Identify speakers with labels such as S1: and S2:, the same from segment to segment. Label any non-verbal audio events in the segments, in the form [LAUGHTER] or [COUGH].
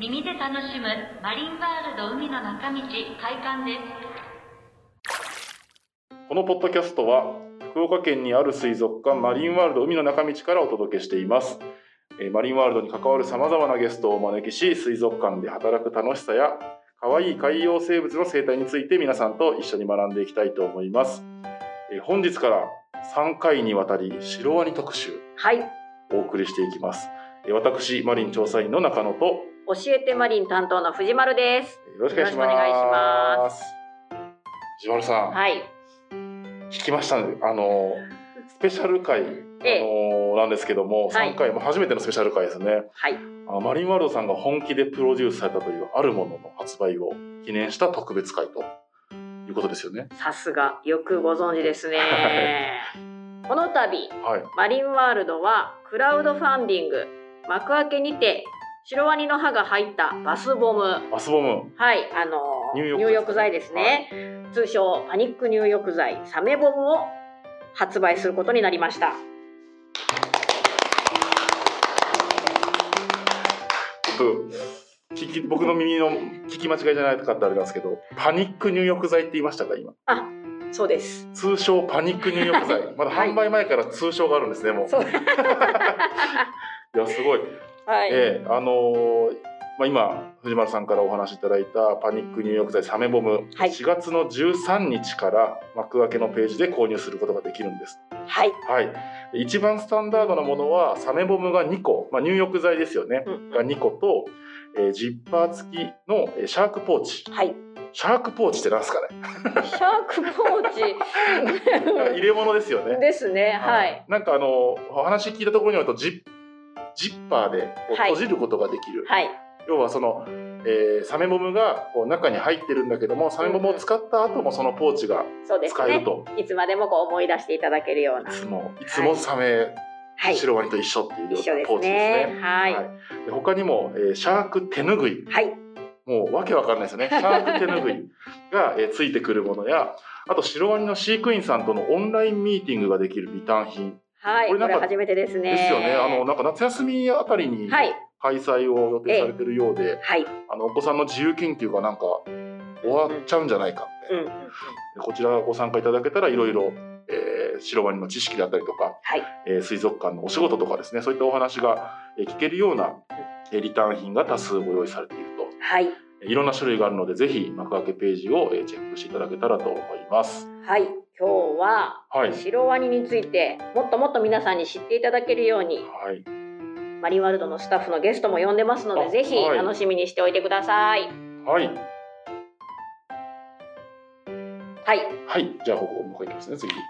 S1: 耳で楽しむマリンワールド海の中道開館です
S2: このポッドキャストは福岡県にある水族館マリンワールド海の中道からお届けしていますえーマリンワールドに関わるさまざまなゲストをお招きし水族館で働く楽しさや可愛い海洋生物の生態について皆さんと一緒に学んでいきたいと思いますえー本日から3回にわたりシロワニ特集
S3: はい、
S2: お送りしていきますえー私マリン調査員の中野とよ
S3: 教えてマリン担当の藤丸です。
S2: ろしくお願いします
S3: よろしくお願いします
S2: 藤丸さん、
S3: はい、
S2: 聞きましたねあのスペシャル回、あ
S3: ええ
S2: のなんですけども、
S3: はい
S2: 3回、まあ初めてのスペシャル回ですね
S3: はい、
S2: あマリンワールドさんが本気でプロデュースされたというあるものの発売を記念した特別会ということですよね。
S3: さすがよくご存知ですね。この度
S2: はい、
S3: マリンワールドはクラウドファンディング幕開けにてシロワニの歯が入ったバスボム、はい、
S2: バスボム、
S3: あの
S2: 入
S3: 入
S2: 浴
S3: 浴
S2: 剤
S3: 剤ですね、通称パニック入浴剤サメボムを発売することになりました。
S2: ちょっと聞き僕の耳の聞き間違いじゃないかってあれなんですけど、パニック入浴剤って言いましたか今？
S3: そうです。
S2: 通称パニック入浴
S3: [LAUGHS]
S2: 剤、まだ販売前から通称があるんですねもう。
S3: そう
S2: いやすごい。
S3: はい、
S2: ええあのーまあ、今藤丸さんからお話しいただいたパニック入浴剤サメボム、
S3: はい
S2: 4月の13日から幕開けのページで購入することができるんです。
S3: はい、
S2: はい、一番スタンダードなものはサメボムが2個、まあ、入浴剤ですよね、
S3: うん
S2: が2個と、えージッパー付きのえーシャークポーチ
S3: はい、
S2: シャークポーチってなんです
S3: [LAUGHS]
S2: かね
S3: シャークポーチ。
S2: 入れ物ですよね
S3: ですね、はい。
S2: なんかあのお話聞いたところによるとジッジッパーでこう
S3: はい
S2: 閉じることができる、
S3: はい。
S2: 要はその、えーサメボムがこう中に入ってるんだけどもサメボムを使った後もそのポーチが
S3: そうです
S2: 使える
S3: ね。
S2: と、。
S3: いつまでもこう思い出していただけるようない
S2: つもいつもサメ、
S3: はい。
S2: シ
S3: 一
S2: ロワニと一緒っていうよ
S3: 緒
S2: うな
S3: で
S2: ポ
S3: す
S2: ーチですね。
S3: ね。はい。
S2: はいで他にも、えーシャーク手ぬぐい
S3: はい。
S2: もうわけわかんないです
S3: [LAUGHS]
S2: よねシャーク手ぬぐいが、えーついてくるものやあとシロワニの飼育員さんとのオンラインミーティングができるビタン品
S3: はい。こ
S2: これなん
S3: れ
S2: か
S3: 初めてですね。
S2: ですよね、あのなんか夏休みあたりに
S3: はい。
S2: 開催を予定されてるようで、
S3: はい。
S2: あのお子さんの自由研究がなんか終わっちゃうんじゃないかって、
S3: うん。
S2: でこちらご参加いただけたらいろいろえーシロワニの知識だったりとか、
S3: はい
S2: えー水族館のお仕事とかですねそういったお話がえー聞けるようなえーリターン品が多数ご用意されていると
S3: はい。
S2: えーいろんな種類があるのでぜひ幕開けページをえーチェックしていただけたらと思います。
S3: はい。今日は
S2: はい、
S3: シロワニについてもっともっと皆さんに知っていただけるように
S2: はい、
S3: マリンワールドのスタッフのゲストも呼んでますの
S2: あ
S3: でぜひ
S2: はい
S3: 楽しみにしておいてください。
S2: はい、
S3: はい。
S2: はい、じゃあここもう一回いきますね次。えー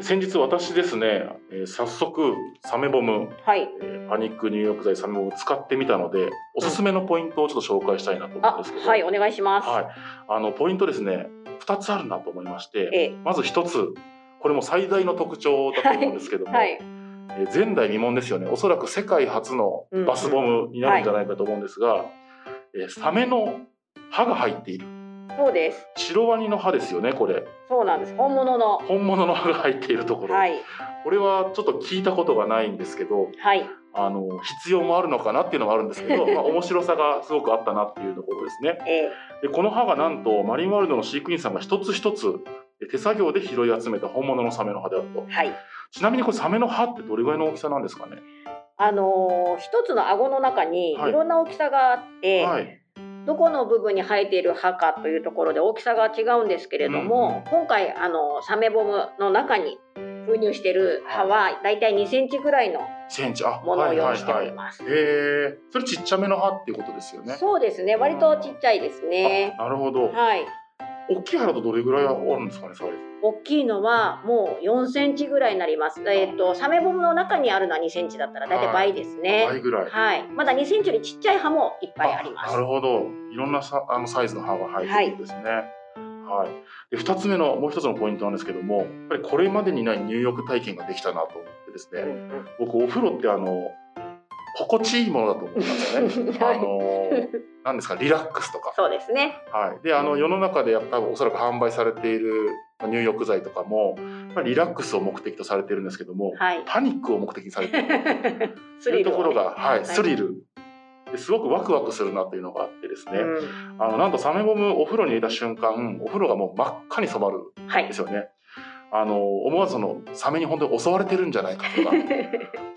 S2: 先日私ですね、えー早速サメボム
S3: はい。
S2: えーパニック入浴剤サメボムを使ってみたのでおすすめのポイントをちょっと紹介したいなと思うん
S3: あ
S2: ですけど、
S3: はいお願いします。
S2: はい、あのポイントですね2つあるなと思いまして
S3: ええ
S2: まず1つこれも最大の特徴だと思うんですけども、
S3: はい。
S2: えー前代未聞ですよねおそらく世界初のバスボムになるんじゃないかと思うんですが、えーサメの歯が入っている
S3: そうです。
S2: シロワニの歯ですよねこれ
S3: そうなんです。本物の。
S2: 本物の歯が入っているところ、
S3: はい。
S2: これはちょっと聞いたことがないんですけど
S3: はい。
S2: あの必要もあるのかなっていうのもあるんですけ
S3: [LAUGHS]
S2: ど、まあ、面白さがすごくあったなっていうところですね。
S3: え
S2: でこの歯がなんとマリンワールドの飼育員さんが一つ一つえ手作業で拾い集めた本物のサメの歯であると
S3: ー、はい。
S2: ちなみにこれサメの歯ってどれぐらいの大きさなんですかね、
S3: あのー一つの顎の中にい
S2: はい
S3: ろんな大きさがあって、
S2: はい
S3: どこの部分に生えている歯かというところで大きさが違うんですけれども、今回あのーサメボムの中に封入している歯はだいたい2センチぐらいの
S2: センチあ
S3: ものを用意してお
S2: は
S3: り
S2: いはいはい
S3: ます。
S2: えー、それちっちゃめの歯っていうことですよね
S3: そうですね。割とちっちゃいですね。
S2: あなるほど、
S3: はい。
S2: 大きい歯だとどれぐらいあるんですかねサイズ
S3: 大きいのはもう4センチぐらいになります。えっ、とサメボムの中にあるのは2センチだったらだいたい倍ですね。
S2: 倍ぐらい、
S3: はい、まだ2センチよりちっちゃい歯もいっぱいあります
S2: な。るほどいろんなさあのサイズの歯が入ってるんですね、はいで2つ目のもう一つのポイントなんですけどもやっぱりこれまでにない入浴体験ができたなと思ってですね、僕お風呂ってあの心地いいものだと思ったんですよ
S3: [LAUGHS]
S2: ね。
S3: はい
S2: あの何ですかリラックスとか、
S3: そうですね。
S2: はい、であの世の中で多分おそらく販売されているまあ入浴剤とかも、まあ、リラックスを目的とされてるんですけども、
S3: はい。 [LAUGHS]
S2: パニックを目的にされてる
S3: ス
S2: という
S3: リル
S2: と
S3: を
S2: ころが、はい、スリルですごくワクワクするなというのがあってですね、あのなんとサメボムお風呂に入れた瞬間お風呂がもう真っ赤に染まる
S3: うんは
S2: ん
S3: い
S2: で。すよね。あの思わずそのサメに本当に襲われてるんじゃないかと
S3: [LAUGHS]
S2: かち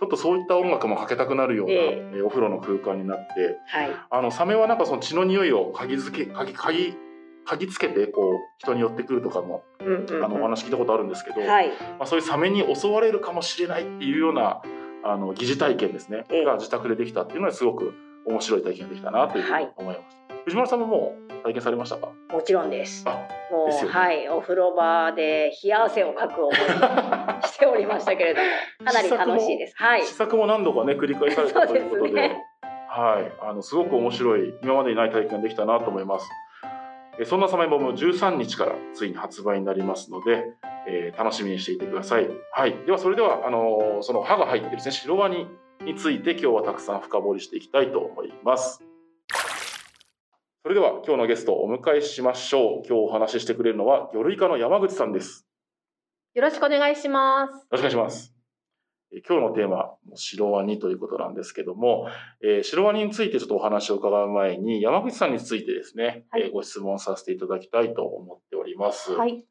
S2: ょっとそういった音楽もかけたくなるような、
S3: え
S2: えーお風呂の空間になって
S3: はい。
S2: あのサメはなんかその血の匂いを嗅ぎづけ嗅ぎ嗅ぎ嗅ぎつけてこう人に寄ってくるとかも、
S3: うんうんうん
S2: あのお話聞いたことあるんですけど、
S3: はい。
S2: まあ、そういうサメに襲われるかもしれないっていうようなあの疑似体験ですね、
S3: ええ
S2: が自宅でできたっていうのはすごく面白い体験ができたなというふうに思います、藤村さんももう体験されましたか
S3: もちろんです。
S2: あ
S3: もう、
S2: ですよね
S3: はい、お風呂場で冷や汗をかく思いをしておりましたけれども、かなり楽しいです。はい。
S2: 試作も何度かね繰り返されたということで
S3: そうですね
S2: はい、あのすごく面白い今までにない体験ができたなと思いますえそんなサメボム13日からついに発売になりますので、えー楽しみにしていてください、はい、ではそれではあのーその歯が入ってるですね白ワニについて今日はたくさん深掘りしていきたいと思いますそれでは今日のゲストをお迎えしましょう今日お話ししてくれるのは魚類科の山口さんです
S4: よろしくお願いします。
S2: よろしくお願いします。えー今日のテーマ、シロワニということなんですけども、えー、シロワニについてちょっとお話を伺う前に、山口さんについてですね、
S4: はい
S2: えーご質問させていただきたいと思っております。。
S4: はいい、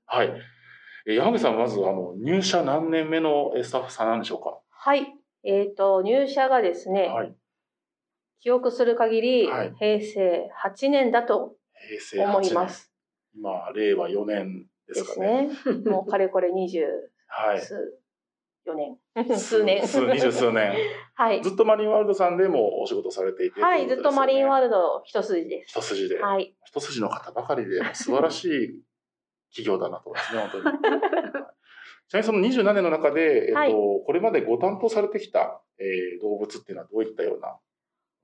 S2: えー山口さん、まず、あの、入社何年目のえースタッフさんなんでしょう
S4: はい、えっ、と入社がですね、
S2: かはい。
S4: 記憶する限り、
S2: はい
S4: 平成8年だと
S2: 平成8年。
S4: 思います。
S2: 今、令和4年で
S4: です
S2: か
S4: す
S2: ね。[LAUGHS]
S4: ね。もうかれこれ二十
S2: はい。
S4: 数四年、 [LAUGHS] 数年、
S2: 数二十数年。
S4: はい、
S2: ずっとマリンワールドさんでもお仕事されていて。
S4: はい、ずっとマリンワ
S2: ールド。
S4: ールド一筋です。
S2: 一筋で。
S4: はい、
S2: 一筋の方ばかりで素晴らしい企業だなと思いますね、本当に。
S4: [LAUGHS]
S2: ちなみにその27年の中で、えっと
S4: はい
S2: これまでご担当されてきた、えー動物っていうのはどういったような、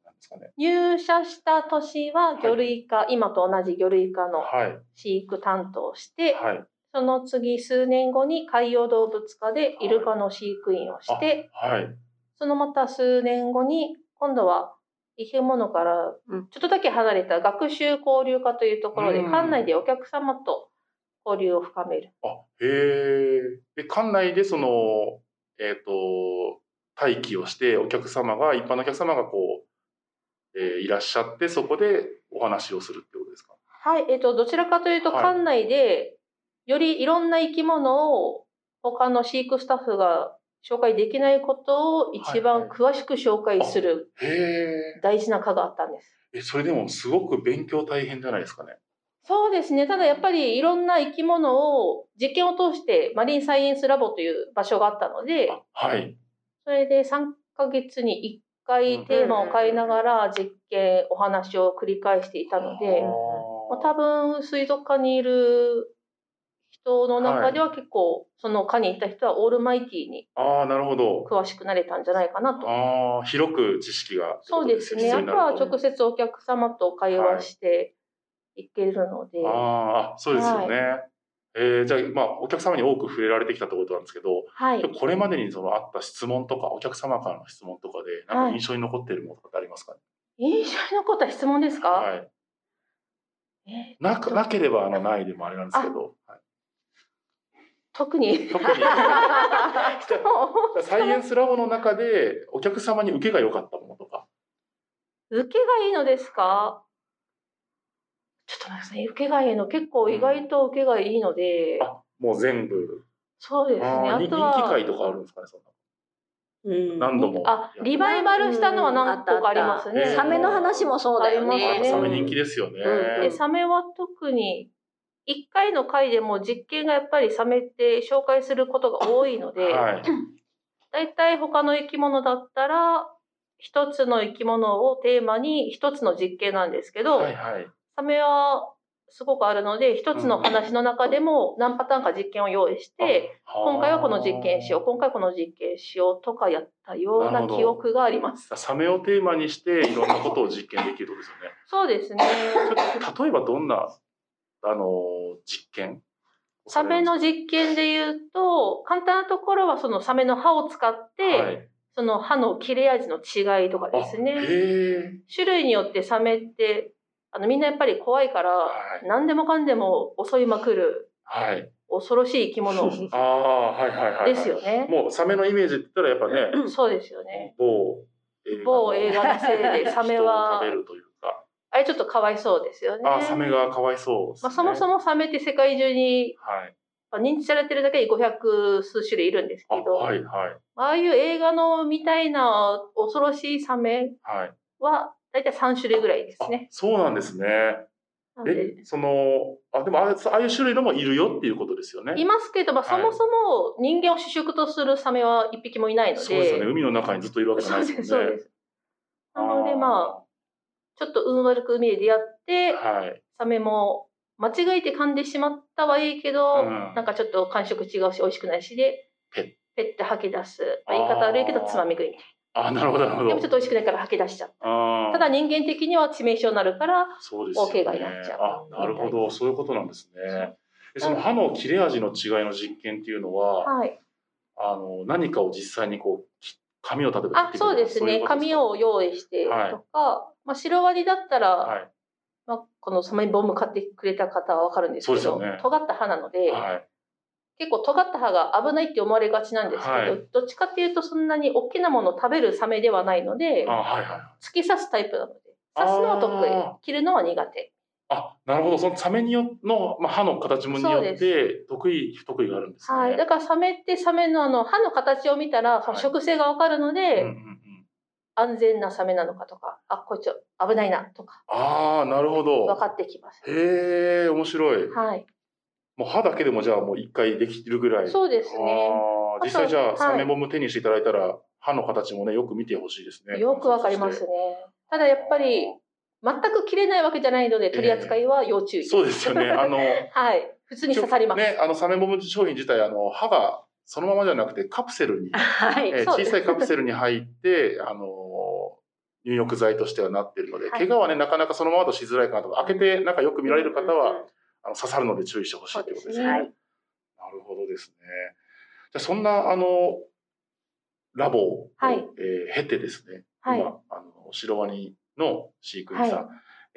S2: なんですかね。
S4: 入社した年は
S2: はい
S4: 魚類科、今と同じ魚類科の
S2: はい。
S4: 飼育担当をして、
S2: はい。
S4: その次数年後に海洋動物科でイルカの飼育員をして、
S2: はい。
S4: そのまた数年後に、今度は生き物から
S3: うん
S4: ちょっとだけ離れた学習交流課というところで、
S2: うん
S4: 館内でお客様と交流を深める。
S2: あ、へえ。で、館内でその、えっ、と、待機をして、お客様が、一般のお客様がこう、えーいらっしゃって、そこでお話をするってことですか。
S4: はい、えっ、と、どちらかというと、
S2: はい
S4: 館内で、よりいろんな生き物を他の飼育スタッフが紹介できないことを一
S2: は
S4: 番
S2: い
S4: 詳しく紹介する
S2: へえ。
S4: 大事な課があったんです。
S2: え、それでもすごく勉強大変じゃないですかね。
S4: そうですね。ただやっぱりいろんな生き物を実験を通してマリンサイエンスラボという場所があったので、
S2: あはい。
S4: それで3ヶ月に
S2: う
S4: 1
S2: ん
S4: 回テーマを変えながら実験、お話を繰り返していたので、まあ、多分水族館にいる人の中では結構、その科に行った人はオールマイティーに
S2: ああ、なるほど。
S4: 詳しくなれたんじゃないかなと。
S2: ああ、広く知識がって
S4: そ
S2: こ
S4: う
S2: と
S4: です
S2: よ
S4: ね。
S2: 必
S4: あと
S2: 要にな
S4: は
S2: る
S4: 直接お客様と会話していけるので、は
S2: あーあ、そうですよね。えーじゃあ、まあ、お客様に多く触れられてきたってことなんですけど、
S4: い。
S2: これまでにそのあった質問とか、お客様からの質問とかで、なんか印象に残っているものとかってありますかね、
S4: 印象に残った質問ですか、
S2: はい。
S4: え
S2: なく、なければ、あの、ないでもあれなんですけど、はい
S4: 特に。 [LAUGHS]
S2: 特に、
S4: 人を
S2: サイエンスラボの中で、お客様に受けが良かったものとか。
S4: 受けがいいのですかちょっと待ってください。受けがいいの。結構意外と受けがいいので、
S2: あ、もう全部。
S4: そうですね。
S2: あ
S4: あ
S2: あ、に人
S4: と
S2: 気
S4: は、
S2: 会とかあるんですかね、そんな。
S3: うん
S2: 何
S4: [LAUGHS]
S2: 度も。
S4: あ、リバイバルしたのは何個かあります
S2: うんあったあっ
S4: ね。
S2: た
S3: サメの話もそうだよ
S4: あり
S2: やっぱ
S4: ます
S2: サ
S4: ね
S3: ね。
S2: メ人気ですよね。
S3: うん
S4: でサメは特に、1回の回でも実験がやっぱりサメって紹介することが多いので、
S2: はい。
S4: だいたい他の生き物だったら、一つの生き物をテーマに一つの実験なんですけど、
S2: はいはい。
S4: サメはすごくあるので、一つの話の中でも何パターンか実験を用意して、今回はこの実験しよう、今回はこの実験しようとかやったよう
S2: なる
S4: な
S2: ほど
S4: 記憶があります。
S2: う。サメをテーマにしていろんなことを実験できるってことですよね。
S4: そうですね。
S2: ちょっと例えばどんなあのー実験
S4: サメの実験で言うと、簡単なところはそのサメの歯を使って、
S2: はい、
S4: その歯の切れ味の違いとかです
S2: へ
S4: ね。
S2: え。
S4: 種類によってサメって、あのみんなやっぱり怖いから、
S2: はい
S4: 何でもかんでも襲いまくる
S2: はい。
S4: 恐ろしい生
S2: [LAUGHS]
S4: き物
S2: ああはいはいはい、はい。
S4: ですよね。
S2: もうサメのイメージって言ったらやっぱね、
S4: そうですよね。
S2: 某
S4: 某映画のせいでサメ
S2: 人
S4: は
S2: を食べるというか
S4: あれちょっとかわいそうですよね。
S2: あサメがかわいそうです、ね
S4: まあ、そもそもサメって世界中に、
S2: はい
S4: まあ、認知されてるだけで500数種類いるんです
S2: あ
S4: けど、
S2: はいはい
S4: ああいう映画のみたいな恐ろしいサメ
S2: はい
S4: は大体3種類ぐらいです
S2: あ
S4: ね。
S2: そうなんですね
S4: なんで
S2: えそのあでもあああいう種類のもいるよっていうことですよね
S4: いますけど、まあ、
S2: は
S4: そ
S2: い
S4: もそも人間を主食とするサメは一匹もいないので、
S2: そうですよね海の中にずっといるわけじゃない
S4: そう
S2: です
S4: です、
S2: も
S4: そ
S2: ん
S4: う
S2: ね
S4: です。なので、まあ、ちょっと運悪く海で出会って、
S2: あーはい
S4: サメも間違えて噛んでしまったはいいけど、
S2: うん
S4: なんかちょっと感触違うし美味しくないしで
S2: ペッ
S4: ペッて吐き出す、まあ
S2: あー
S4: 言い方悪いけどつまみ食い
S2: あなるほどなるほど
S4: でもちょっと美味しくないから吐き出しちゃう
S2: あー
S4: ただ人間的には致命傷になるから
S2: そうですよね
S4: 大怪我になっちゃう
S2: あなるほどそういうことなんですねえその
S4: うん
S2: 歯の切れ味の違いの実験っていうのは、
S4: はい
S2: あの何かを実際にこうき紙を例えば切っ
S4: あ
S2: てくるとか
S4: そうです
S2: い
S4: ね
S2: こと
S4: 紙
S2: か
S4: を用意してとか、
S2: はい
S4: まあ、シロアリだったら、
S2: はい
S4: まあ、このサメボム買ってくれた方はわかるんですけど
S2: そうですよね
S4: 尖った歯なので、
S2: はい
S4: 結構尖った歯が危ないって思われがちなんですけど、
S2: はい
S4: どっちかっていうとそんなに大きなものを食べるサメではないので
S2: あはいはい
S4: 突き刺すタイプなので刺すのは
S2: あ
S4: 得意切るのは苦手
S2: あなるほどそのサメによの、まあ、歯の形もによ
S4: そう
S2: って得意不得意があるんですね。
S4: はい、だからサメってサメのあの歯の形を見たら、その食性がわかるので、
S2: うんうんうん、
S4: 安全なサメなのかとかあこいつ危ないなとか
S2: ああなるほど。
S4: 分かってきます。
S2: へえ面白い。
S4: はい、
S2: もう歯だけでもじゃあもう一回できるぐらい。う
S4: そうですね。
S2: あー実
S4: あ
S2: 際
S4: と
S2: じゃ
S4: は
S2: あ
S4: い
S2: サメボム手にしていただいたら、歯の形もねよく見てほしいですね。
S4: よくわかりますね。ただやっぱり全く切れないわけじゃないので取り扱いは要注意です。
S2: そうですよね。あ
S4: [LAUGHS]
S2: の
S4: はい、普通に刺さります。
S2: ねあのサメボム商品自体あの歯がそのままじゃなくてカプセルに、
S3: はい。
S2: えー
S4: そうで
S2: 小
S4: す
S2: さいカプセルに入ってあのー入浴剤としてはなっているので、
S4: はい
S2: 怪我はねなかなかそのままだとしづらいかなと開けてなんかよく見られる方は、あの刺さるので注意してほしい
S4: そう
S2: という
S4: で
S2: ことで
S4: す
S2: す
S4: ね。
S2: ね。
S4: は
S2: ないるほどですね。じゃあそんなあのラボを、
S4: はい
S2: えー経てですね、
S4: はい
S2: 今あのシロワニの飼育員さん、
S4: はい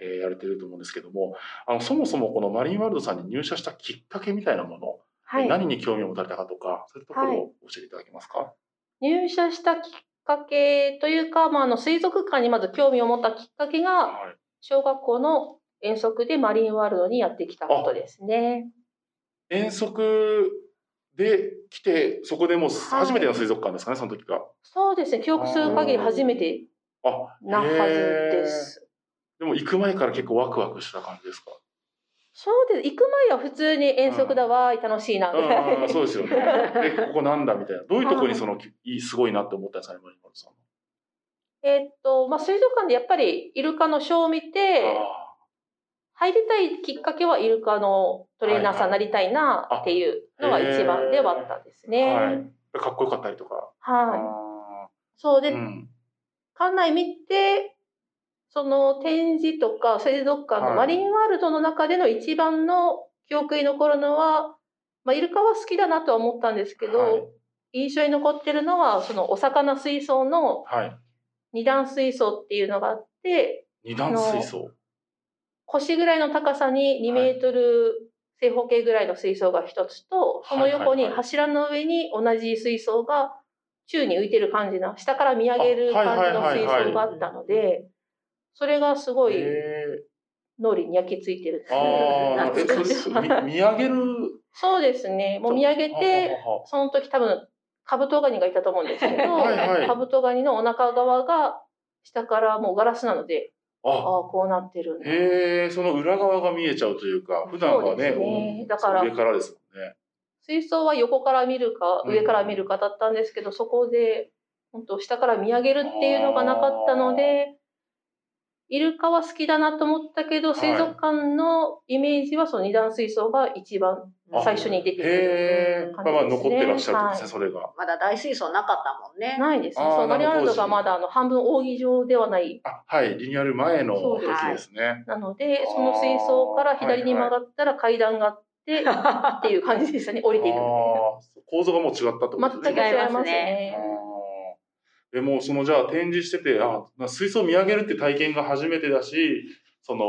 S2: えーやれてると思うんですけどもあのそもそもこのマリンワールドさんに入社したきっかけみたいなもの、
S4: はい
S2: えー何に興味を持たれたかとかそういうところを教えていただけますか、
S4: 入社したきっかけというか、まあ、あの水族館にまず興味を持ったきっかけが
S2: はい
S4: 小学校の遠足でマリンワールドにやってきたことですね。
S2: 遠足で来てそこでもう初めての水族館ですかね、その時が。
S4: そうですね記憶する限り初めて
S2: あ
S4: なはずで。
S2: へー
S4: す。
S2: でも行く前から結構ワクワクした感じですか
S4: そうです行く前は普通に遠足だわーい楽しいなぐらい、
S2: うん、そうですよね。で、ここなんだみたいな。どういうとこにその、いいすごいなって思ったんですかね、森本さん。
S4: [LAUGHS] えーっと、まあ、水族館でやっぱりイルカのショーを見て
S2: あ
S4: 入りたいきっかけはイルカのトレーナーさんになりたいなっていうのが一番ではあったんです
S2: ー
S4: ね。
S2: はい。かっこよかったりとか。
S4: はい、
S2: あ
S4: そう
S2: ー
S4: で、
S2: うん
S4: 館内見て、その展示とか水族館
S2: は
S4: の
S2: い
S4: マリンワールドの中での一番の記憶に残るのは、まあ、イルカは好きだなとは思ったんですけど、
S2: はい
S4: 印象に残ってるのは、そのお魚水槽の
S2: はい。
S4: 二段水槽っていうのがあって、
S2: 二段水槽。
S4: 腰ぐらいの高さに2メートル正方形ぐらいの水槽が一つと、その横
S2: はいはい
S4: に
S2: はい
S4: 柱の上に同じ水槽が宙に浮いてる感じな、下から見上げる
S2: あはい
S4: 感
S2: はい
S4: じの
S2: はいはい
S4: 水槽があったので、それがすごい
S2: へ
S4: 脳裏に焼き付いてるん
S2: ー
S4: ですね。
S2: あーえ、
S4: 懐かしい
S2: それみ見上げる。
S4: そうですね。もう見上げて、
S2: ははは
S4: その時多分カブトガニがいたと思うんですけど、
S2: はいはい
S4: カブトガニのお腹側が下からもうガラスなので、ああ
S2: は、あ。
S4: こうなってるんだ
S2: へえ、その裏側が見えちゃうというか、普段はね、
S4: そうですね
S2: うん
S4: だから
S2: 上からですもんね。
S4: 水槽は横から見るか
S2: うん
S4: 上から見るかだったんですけど、そこで本当下から見上げるっていうのがなかったのでイルカは好きだなと思ったけど
S2: はい
S4: 水族館のイメージはその二段水槽が一番最初に出てくる
S2: へえ、まあまあ
S4: 感じです
S2: 残っ
S4: ね
S2: てらっしゃるんですね、
S4: はい
S2: それが。
S3: まだ大水槽なかったもんね。
S4: ないですね
S2: あー
S4: そのマリンワールド
S2: なる
S4: が
S2: ほど
S4: まだあの半分扇状ではない
S2: あ、はい、リニューアル前の
S4: そう
S2: 時
S4: です
S2: ですね。
S4: なので
S2: あー
S4: その水槽から左に曲がったら階段があってっていう感じでしたね降りていくみ
S2: あー構造がもう違ったってこと
S4: たいな全く違いますね
S2: あーでもそのじゃあ展示しててあな水槽を見上げるって体験が初めてだしその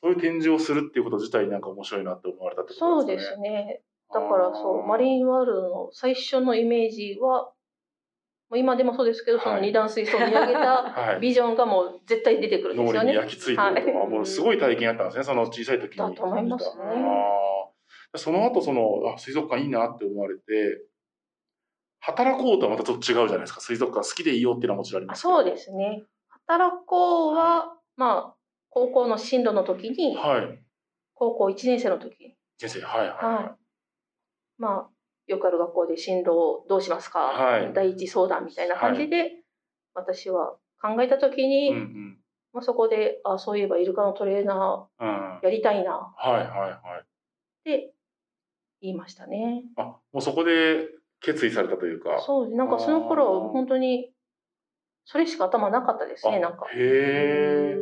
S2: そういう展示をするっていうこと自体なんか面白いなって思われたってこ
S4: そう
S2: とで
S4: です
S2: かね。
S4: すねだからそう、マ
S2: ン
S4: リンワールドの最初のイメージは、もう今でもそうですけど、その
S2: はい
S4: 二段水槽を見上げ
S2: [LAUGHS]
S4: た
S2: はい
S4: ビジョンがもう絶対出てくるんで
S2: 脳
S4: すよ
S2: 裏に
S4: ね。
S2: 焼き付いてるとか、もうすごい体験やったんですねその小さい時に
S4: だと思いますね
S2: あーその後そのあ水族館いいなって思われて働こうとはまたちょっと違うじゃないですか水族館好きでいいよっていうのはもちろんありま
S4: あ
S2: す
S4: そう
S2: で
S4: ですね。働こうは、まあ、高校の進路の時に、
S2: はい
S4: 高校1年生の時
S2: 先生はい
S4: は。
S2: はい
S4: まあ、よくある学校で進路をどうしますか、
S2: はい
S4: 第一相談みたいな感じで、私は考えた時
S2: い
S4: に、
S2: うんうん
S4: まあ、そこで、あそういえばイルカのトレーナ
S2: うんは
S4: ーやりたいなっ
S2: いはいはい
S4: て言いましたね。
S2: あもうそこで決意されたというか
S4: そうですなんかその
S2: あ
S4: 頃
S2: ー
S4: 本当にそれしか頭なかったですねなんか
S2: あへ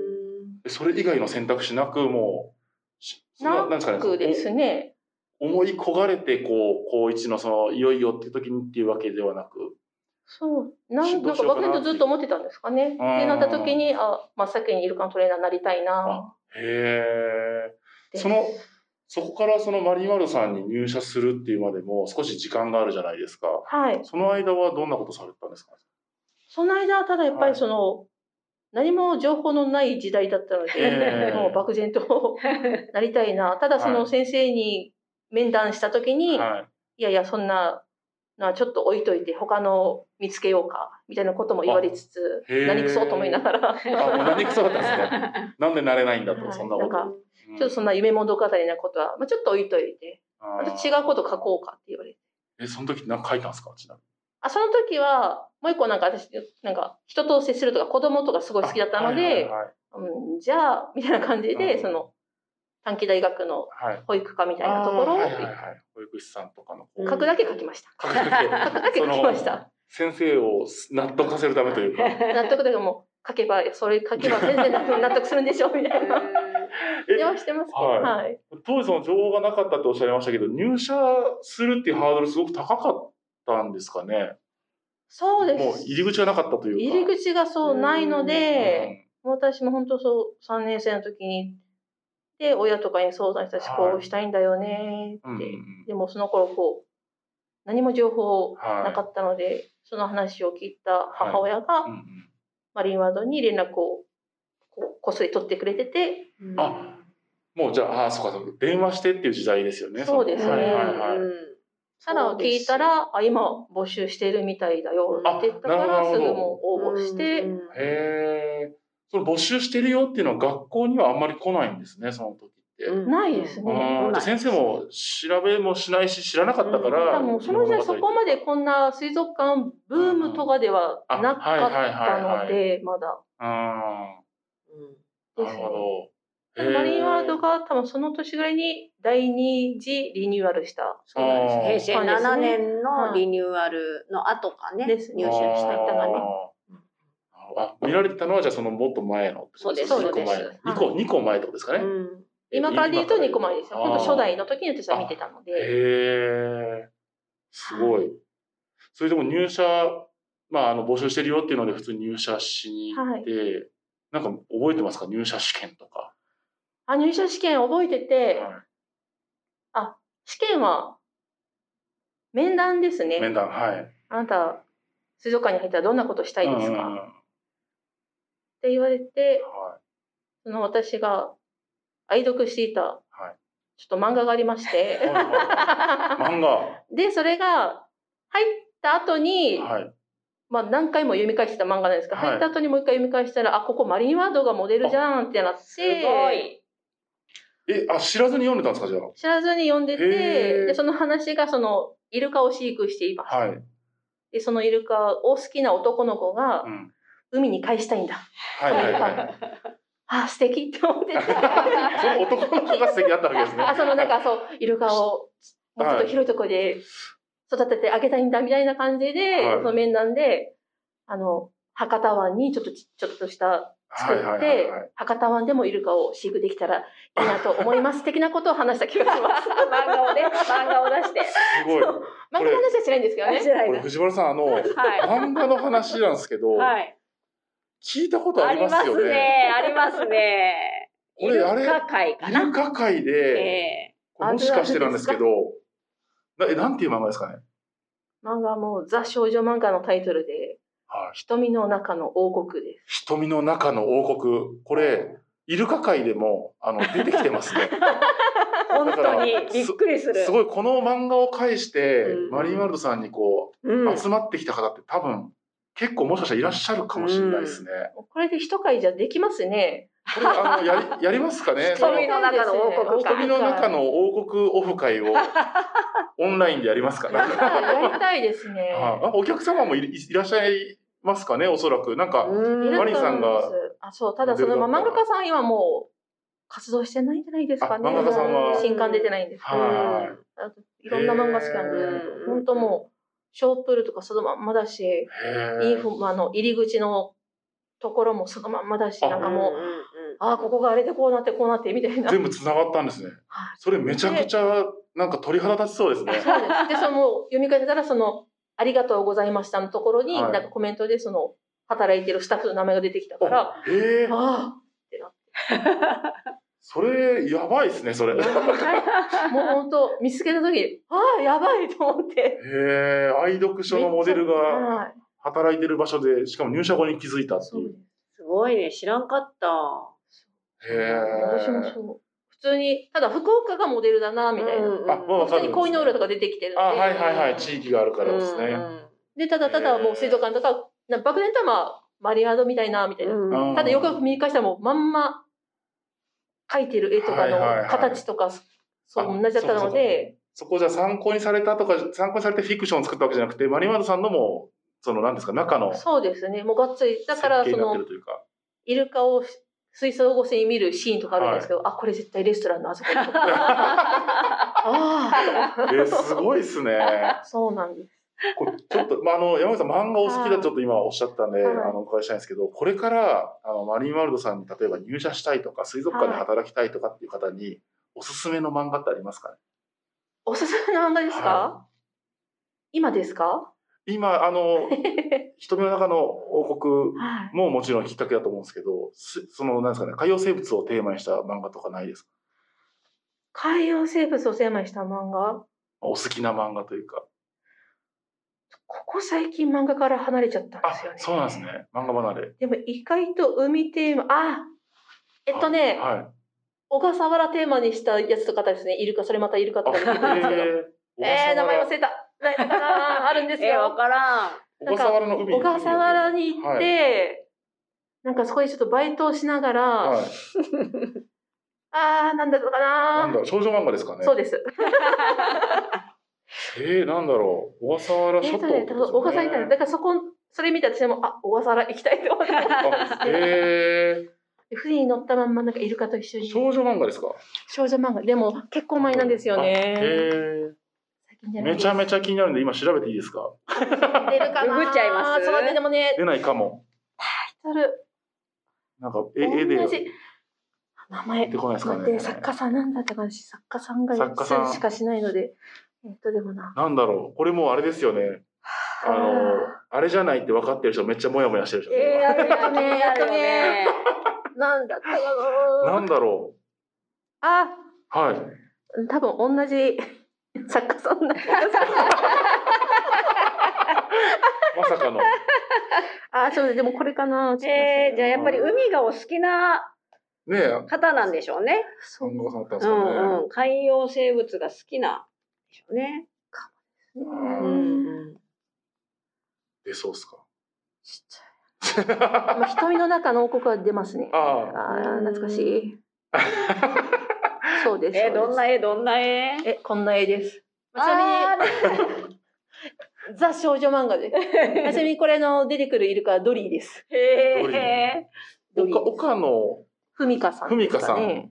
S2: えそれ以外の選択肢なくもうし
S4: な
S2: なんですかね
S4: くですね
S2: 思い焦がれてこう高一のそのいよいよっていう時にっていうわけではなく
S4: そうなん
S2: ど
S4: な
S2: うんし
S4: か
S2: ようか
S4: 漠
S2: な
S4: 然とずっと思ってたんですかねで
S2: うん
S4: なった時にあ真っ先にイルカのトレーナーになりたいな
S2: へ
S4: で
S2: えそのそこからそのマリンワールドさんに入社するっていうまでも少し時間があるじゃないですか
S4: はい
S2: その間はどんなことされてたんですか
S4: その間ただやっぱ
S2: はい
S4: りその、何も情報のない時代だったの
S2: え
S4: で、
S2: え
S4: もう漠
S2: [LAUGHS]
S4: 然となりたいな。ただそ
S2: は
S4: の
S2: い
S4: 先生に面談した時に、
S2: はい
S4: いやいや、そんなのはちょっと置いといて、他の見つけようか、みたいなことも言われつつ
S2: あへえ、
S4: 何くそと思いながら、 [LAUGHS] ち
S2: あもう何くそだったんですねなんでなれ
S4: [LAUGHS]
S2: ないんだと
S4: はい
S2: そんなこと
S4: なん
S3: か
S2: うん
S4: ょっとそんな夢物語なことは、まあ、ちょっと置いといて、
S2: あ
S4: ま
S2: ー
S4: た違うこと書こうかって言われて。
S2: えその時何か書いたんですかちなみに
S4: あ、その時は、もう一個なんか私、なんか人と接するとか子供とかすごい好きだったので、
S2: はいはいはい
S4: うん、じゃあ、みたいな感じで、
S2: うん
S4: その短期大学の
S2: はい、はい
S4: 保育課みたいなところ
S2: あ
S4: を
S2: ーはいはいはい保育士さんとかのこう
S4: 書くだけ [LAUGHS] 書きました。
S2: 書くだ
S4: 書くだけ
S2: そ
S4: 書
S2: の
S4: きました。
S2: 先生を納得させるためというか
S4: 納得だけどもう書けばそれ書けば全然納得するんでしょみた
S2: [LAUGHS]
S4: いな電話してますけど、
S2: はい
S4: はい、
S2: 当時その情報がなかったっておっしゃいましたけど入社するっていうハードルすごく高かったんですかね
S4: そうで
S2: もう
S4: す。
S2: 入り口がなかったというか
S4: 入り口がそうないので、
S2: う
S4: もう私も本当そう三年生の時にで親とかに相談したし、
S2: はい
S4: こうしたいんだよね
S2: ん
S4: っ
S2: うん
S4: て、
S2: うん
S4: でもその頃こう何も情報なか
S2: は
S4: ったので、その話を聞いた母親が、
S2: いうんうん
S4: マリンワードに連絡をこうこっそり取ってくれてて、
S2: あもうじゃああーそうかそうか電話してっていう時代ですよね
S4: そうですね
S2: のはいはいはい、
S4: さらを聞いたら、あ今募集してるみたいだよって言ったか
S2: あなる
S4: ら、
S2: ほ
S4: す
S2: ど
S4: ぐもう応募して、
S2: へえその募集してるよっていうのは学校にはあんまり来ないんですねその時って、
S4: ないですね
S2: あーじゃあ先生も調べもしないし知らなかったか
S4: た
S2: ら、
S4: だもうその時代そこまでこんな水族館ブームとかではなかったの
S2: うんあはいはい
S4: で、まだ
S2: あーなる
S4: ですね
S2: ほどへー
S4: マリンワールドが多分その年ぐらいに第2次リニューアルした
S2: そうなんです
S3: 平成7年のリニューアルの後かね、
S4: です
S3: 入
S4: ね
S3: 社した人がね。
S2: あー。あ見られてたのはじゃあそのもっと前の
S3: そうです
S4: そうです
S2: 2個前二個
S4: は
S2: 二個前ってことですかね、
S3: うん
S4: 今からで言うと2個前ですよ。
S2: あー
S4: 本当初代の時に私は見てたので。
S2: へえすごいそれでも入社まああの募集してるよっていうので普通に入社しに行って、なんか覚えてますか入社試験とか、
S4: あ入社試験覚えてて、試験は面談ですね。
S2: 面談はい
S4: あなた、水族館に入ったらどんなことしたいですか、
S2: うんうん
S4: っ
S2: うん
S4: て言われて、
S2: は
S4: その私が愛読していた、
S2: い
S4: ちょっと漫画がありまし
S2: いはい
S4: て、
S2: はい
S4: [LAUGHS]
S2: 漫画
S4: で、それが入った後に、
S2: はい
S4: まあ何回も読み返してた漫画なんですが、
S2: はい
S4: 入った後にもう一回読み返したら、あ、ここマリンワードがモデルじゃんってなって、
S3: すごい。
S2: えあ知らずに読んでたんですかじゃ
S4: 知らずに読んで
S2: へー
S4: て、で、その話がその、イルカを飼育しています。
S2: あはい、
S4: で、そのイルカを好きな男の子が
S2: うん、
S4: 海に返したいんだ。
S2: はいはいはい
S4: あ、素敵って思って
S2: [LAUGHS]
S4: て。
S2: その男の子が素敵だったわけですね
S4: あ、そのなんかそう、イルカをもうちょっと広いところで育ててあげたいんだみたいな感じで、
S2: はい
S4: その面談で、あの、博多湾にちょっとちちょっとした作って、
S2: はいはいはいはい
S4: 博多湾でもイルカを飼育できたらいいなと思います。的なことを話した気がします。
S2: [LAUGHS]
S3: 漫画をね、漫画を出して。
S2: すごい。
S4: そう漫画の話はしないんですけどね。
S2: これ藤原さん、あの、
S3: は
S2: 漫画の話なんですけど、
S3: い。はい。
S2: 聞いたことあ
S3: あ
S2: り
S3: り
S2: ま
S3: ますす
S2: よね。
S3: ね。ありますね。イ
S2: これ
S3: ル
S2: あれ
S3: カ会か
S2: イ
S3: な
S2: ル。カ界で、
S3: え
S2: これもしかしてなんですけど、なえなんていう漫画ですかね。
S4: 漫画はもうザ少女漫画のタイトルで、
S2: はい
S4: 瞳の中の王国です。
S2: 瞳の中の王国これイルカ界でもあの出てきてますね
S3: 本
S2: だから
S3: 当にびっくりする。
S2: すごいこの漫画を介して、
S3: うん
S2: マリンワールドさんにこ
S3: うん
S2: う集まってきた方って多分結構もしかしたらいらっしゃるかもしれないですね、
S4: これで一回じゃできますね。
S2: これあのやりやりますか
S4: [LAUGHS]
S2: ねその
S3: 瞳の中の王国か。
S2: 瞳の中の王国オフ
S4: [LAUGHS]
S2: 会をオンラインでやりますか
S4: や
S2: ら、
S4: り
S2: ね、
S4: たいですね。
S2: あお客様もいいらっしゃいますかねおそらくなんか
S3: うん
S4: いると思い
S2: マリンさんが
S4: ますあ、そう、ただそのまあ漫画家さん今もう活動してないんじゃないですかね。
S2: あ漫画家さんは
S4: 新刊出てないんですけど、
S2: はい
S4: ろんな漫画好きなん
S3: へ
S4: で、
S3: ー
S4: 本当もう、ショープールとかそのまんまだし、
S2: い
S4: イ
S2: へ
S4: ン
S2: ー
S4: フあの入り口のところもそのまんまだし、
S2: あ
S4: なんか
S3: うん
S4: もう、
S3: うんうん
S4: ああ、こ
S3: [LAUGHS]
S4: こがあれでこうなってこうなってみたいな。
S2: 全部つながったんですね
S4: はい
S2: それめちゃくちゃなんか鳥肌立ちそうですね
S4: [LAUGHS] そうです。で、その読み替えてたら、その、ありがとうございましたのところに、
S2: はい
S4: なんかコメントで、その、働いてるスタッフの名前が出てきたから、あ
S2: へえ
S4: あ、
S2: それやばいですねそれへ
S4: もう本当、見つけた時に、ああ、やばいと思って。
S2: え愛読書のモデルが
S4: はい。
S2: 働いてる場所でしかも入社後に気づいたって
S4: そう
S2: い
S4: で
S2: う
S3: すごいね、知らんかった。
S4: す。
S2: へえ
S4: 私もそう。普通に、ただ福岡がモデルだな、みたいな。
S2: あもうわ
S4: 普
S2: か
S4: 通
S2: る
S4: に恋の浦とか出てきてるんで。
S2: あはいはいはい地域があるからですね、
S4: で、ただただもう水族館とか、な爆弾玉、マリアードみたいな、みたいな。
S2: うん
S4: ただよくよく見返したらもうまんま描いてる絵とか
S2: はいはいは
S4: の
S2: い
S4: 形とかそう
S2: あ
S4: 同じだったので
S2: そこじゃ参考にされたとか参考にされてフィクションを作ったわけじゃなくてマリマルさんのもその何ですか中の設
S4: そうですねもうがっつりだから
S2: 計
S4: そ
S2: になってる
S4: の
S2: というか
S4: イルカを水槽越しに見るシーンとかあるんですけど、あこれ絶対レストランのあそこあ
S2: えーすごいです
S4: [LAUGHS]
S2: ね
S4: あそうなんです
S2: これちょっと、まあ、あの山口さん漫画お好きだ
S4: はい
S2: とちょっと今おっしゃったんで、
S4: はい
S2: あのお伺いしたいんですけどこれからあのマリンワールドさんに例えば入社したいとか水族館で働きたいとかっていう方におすすめの漫画ってありますかね
S4: おすすめの漫画ですか、
S2: は
S4: 今です
S2: [LAUGHS]
S4: か
S2: 今あの瞳の中の王国
S4: はい
S2: ももちろんきっかけだと思うんですけどすそのなんですかね海洋生物をテーマにした漫画とかないですか
S4: 海洋生物をテーマにした漫画
S2: お好きな漫画というか
S4: ここ最近漫画から離れちゃったん
S2: あ
S4: ですよね
S2: そうなんですね漫画離れ
S4: でも意外と海テーマあえっとね、
S2: はい
S4: 小笠原テーマにしたやつとかあったりですね。イルカ、それまたイルカと
S2: あ
S4: か出てくるんですけど。えー、 [LAUGHS] 名前忘れた。なんかなあるんです
S3: えー、わ
S2: [LAUGHS]
S4: よ。
S3: からん。
S2: 小笠原の海
S4: 小笠原に行って、
S2: は
S4: なんかそこでちょっとバイトをしながら、
S2: はい、
S4: あー、なんだったか
S2: なんだ
S4: な
S2: ろう少女漫画ですかね
S4: そうです。
S2: えー、なんだろう小笠原
S4: え
S2: 諸
S4: っと
S2: 島
S4: ね、
S2: って
S4: 多
S2: こと
S4: 分小笠原行ったんだ
S2: で
S4: からそこ、それ見た私も、あ、小笠原行きたいと思って。
S2: すねあえ
S4: 船に乗ったまんま、なんかイルカと一緒
S2: ー、
S4: に。
S2: 少女漫画ですか
S4: 少女漫画。でも、結構前なんですよ
S2: あ
S4: ね。
S2: え
S4: 最近じ
S2: ー、
S4: ゃない
S2: め
S4: です
S2: ちゃめちゃ気になるんで今調べていいですか
S4: 出るかな
S3: ググっちゃいます
S4: そうね、でもね、
S2: 出ないかも
S4: タイトル
S2: なんか絵絵で
S4: 同じ名前
S2: 出てこないですかね
S4: 待って作家さんなんだったかな作家さんが
S2: 作家さん
S4: 一緒しかしないのでえっとでもな
S2: なんだろうこれもうあれですよねあのあれじゃないって分かってる人めっちゃモヤモヤしてる人、
S3: えー、あるよね、あ
S4: やっ
S3: る
S4: と
S3: よ
S4: ね
S3: ね。
S4: なんだったか
S2: な
S4: なん
S2: だろ
S4: あ
S2: うはい
S4: 多分同じ作家さんだ
S2: まさ [LAUGHS] かの
S4: あそうですでもこれかな
S3: えー、じゃあやっぱり海がお好きな
S2: ねえ
S3: 方なんでしょうね。
S4: そう
S2: 漫画家さんだったん
S3: う
S2: ですかね、
S3: んうん。海洋生物が好きなんでしょうね。う
S4: うん
S3: んうん。
S2: 出そうっすか
S4: ちっちゃいまあ瞳の中の王国は出ますね
S2: ああ
S4: あー懐かしいそうです
S3: え
S4: そうです
S3: ー、どんな絵、どんな絵
S4: えこんな絵ですちな
S3: あー
S4: みにザ少女漫画
S3: [LAUGHS]
S4: ですちなみにこれの出てくるイルカはドリーです。
S2: どれ
S3: へえ。
S4: ドリ
S2: 岡
S4: ー。
S2: 岡野
S4: ふみかさん、
S2: ふみかさん。
S3: うーん。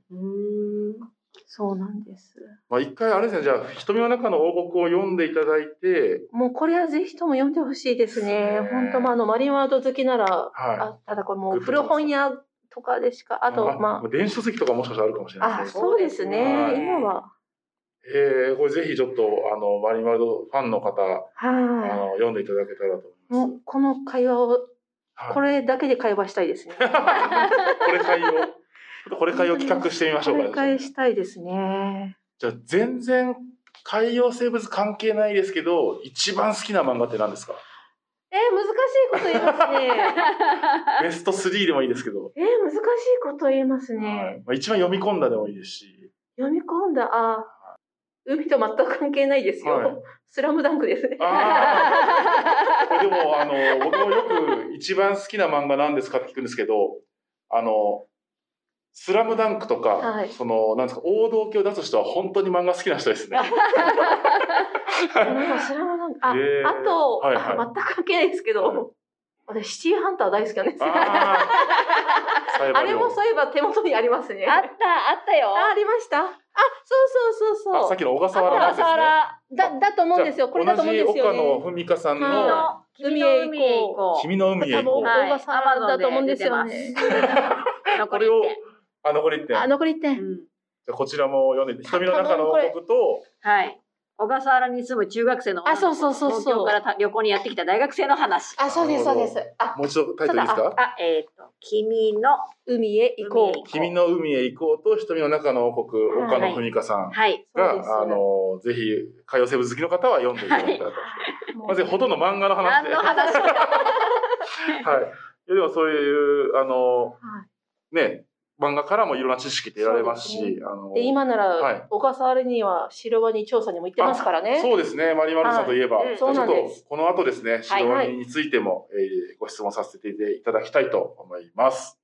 S3: [LAUGHS]
S4: そうなんです。
S2: まあ、一回あれですね、じゃあ、瞳の中の王国を読んでいただいて、
S4: もうこれはぜひとも読んでほしいですね
S2: ね。
S4: 本当まああのマリンワールド好きなら、
S2: は
S4: あただこれもう古本屋とかでしか、
S2: い。
S4: あとま
S2: もう電子書籍とかもしかしたらあるかもしれ
S4: あ、
S2: ない
S4: あ
S2: ですね。
S4: そうですね。
S2: はい
S4: 今は、
S2: えー、これぜひちょっと、あの、マリンワールドファンの方、あ
S4: は
S2: の、読んでいただけたらと
S4: い。
S2: 思い
S4: も
S2: ます。
S4: うこの会話を、
S2: はい
S4: これだけで会話したいですね。
S2: [LAUGHS] これ会を、ちょっとこれ会を企画してみましょう
S4: こ
S2: か、
S4: れ会したいですね。
S2: じゃあ、全
S4: [LAUGHS]
S2: 然海洋生物関係ないですけど、一番好きな漫画って何ですか
S4: ええー、難しいこと言いますね。
S2: ベスト3でもいいですけど、
S4: [LAUGHS] えー、難しいこと言いますね。
S2: まあ、一番読み込んだでもいいですし、
S4: 読み込んだ、あ、海と全く関係ないですよ。
S2: はい
S4: スラムダンクですね。
S2: あーこれでも、あの、僕もよく一番好きな漫画なんですかって聞くんですけど、あの、スラムダンクとか、
S4: はい
S2: その、なんですか、王道系を出す人は本当に漫画好きな人ですね。
S4: [LAUGHS] なんかスラムダンク、
S2: へ
S4: あ、
S2: ー
S4: あと、
S2: はいはい
S4: あ全く関係ないですけ
S2: はい
S4: ど、私、シティーハンター大好きなんですよ。あ
S2: あーサイバリ
S4: れ
S2: オン
S4: もそういえば手元にありますね。
S3: あ
S4: あ
S3: った、あったよ。
S4: ありました。あ、そうそうそう
S2: あ
S4: そ
S2: さっ
S4: う。
S2: きの小笠
S4: 小
S2: 原なんです
S4: 笠
S2: ね。
S4: 原だだと思うんですよ。
S2: じゃあ
S4: これだと思うんですよ
S2: 同
S4: ね。
S2: じ岡野文香さん
S4: あ
S3: 君
S2: の
S4: は
S3: の君の海へ行こう。
S2: 「君の海へ行こう」
S4: 多分大笠原だと思うんですよね
S3: はい。Amazon
S2: こ
S3: 残り
S2: れを
S3: 1
S2: あ残り1点
S4: あ、残り1
S3: 点。
S4: 点。
S3: うん
S2: じゃあこちらも読んで瞳の中の王国と
S3: はい。小笠原に住む中学生の
S4: あ、そうそうそうそう。
S3: 東京からた旅行にやってきた大学生の話。
S4: あ、そうです、そうです。あ、
S2: もう一度タイトルいいですか
S3: あ、えっ、と、君の、
S4: 海へ行こ
S2: 「
S4: う。
S2: 君の海へ行こう」と「瞳の中の王国」
S4: はい
S2: 岡野文香さん
S3: はい。
S2: が、
S4: そうです
S2: あのぜひ海洋生物好きの方は読んでいただきたいと、まずほとんど漫画の話
S3: 何
S2: で
S3: の
S2: [LAUGHS]
S3: 話か。
S2: はい、いやでもそういうあの
S4: は
S2: ね漫画からもいろんな知識って得られますし
S4: そうです
S2: あの
S4: で、今な
S2: はい
S4: ら、小笠原には白ワニ調査にも行ってますからね。
S2: そうですね、マリマルさんといえば、
S3: はいうん
S2: じゃあちょっ
S4: そうなんで
S2: とこの後ですね、シロワニについても、えーご質問させていただきたいと思います。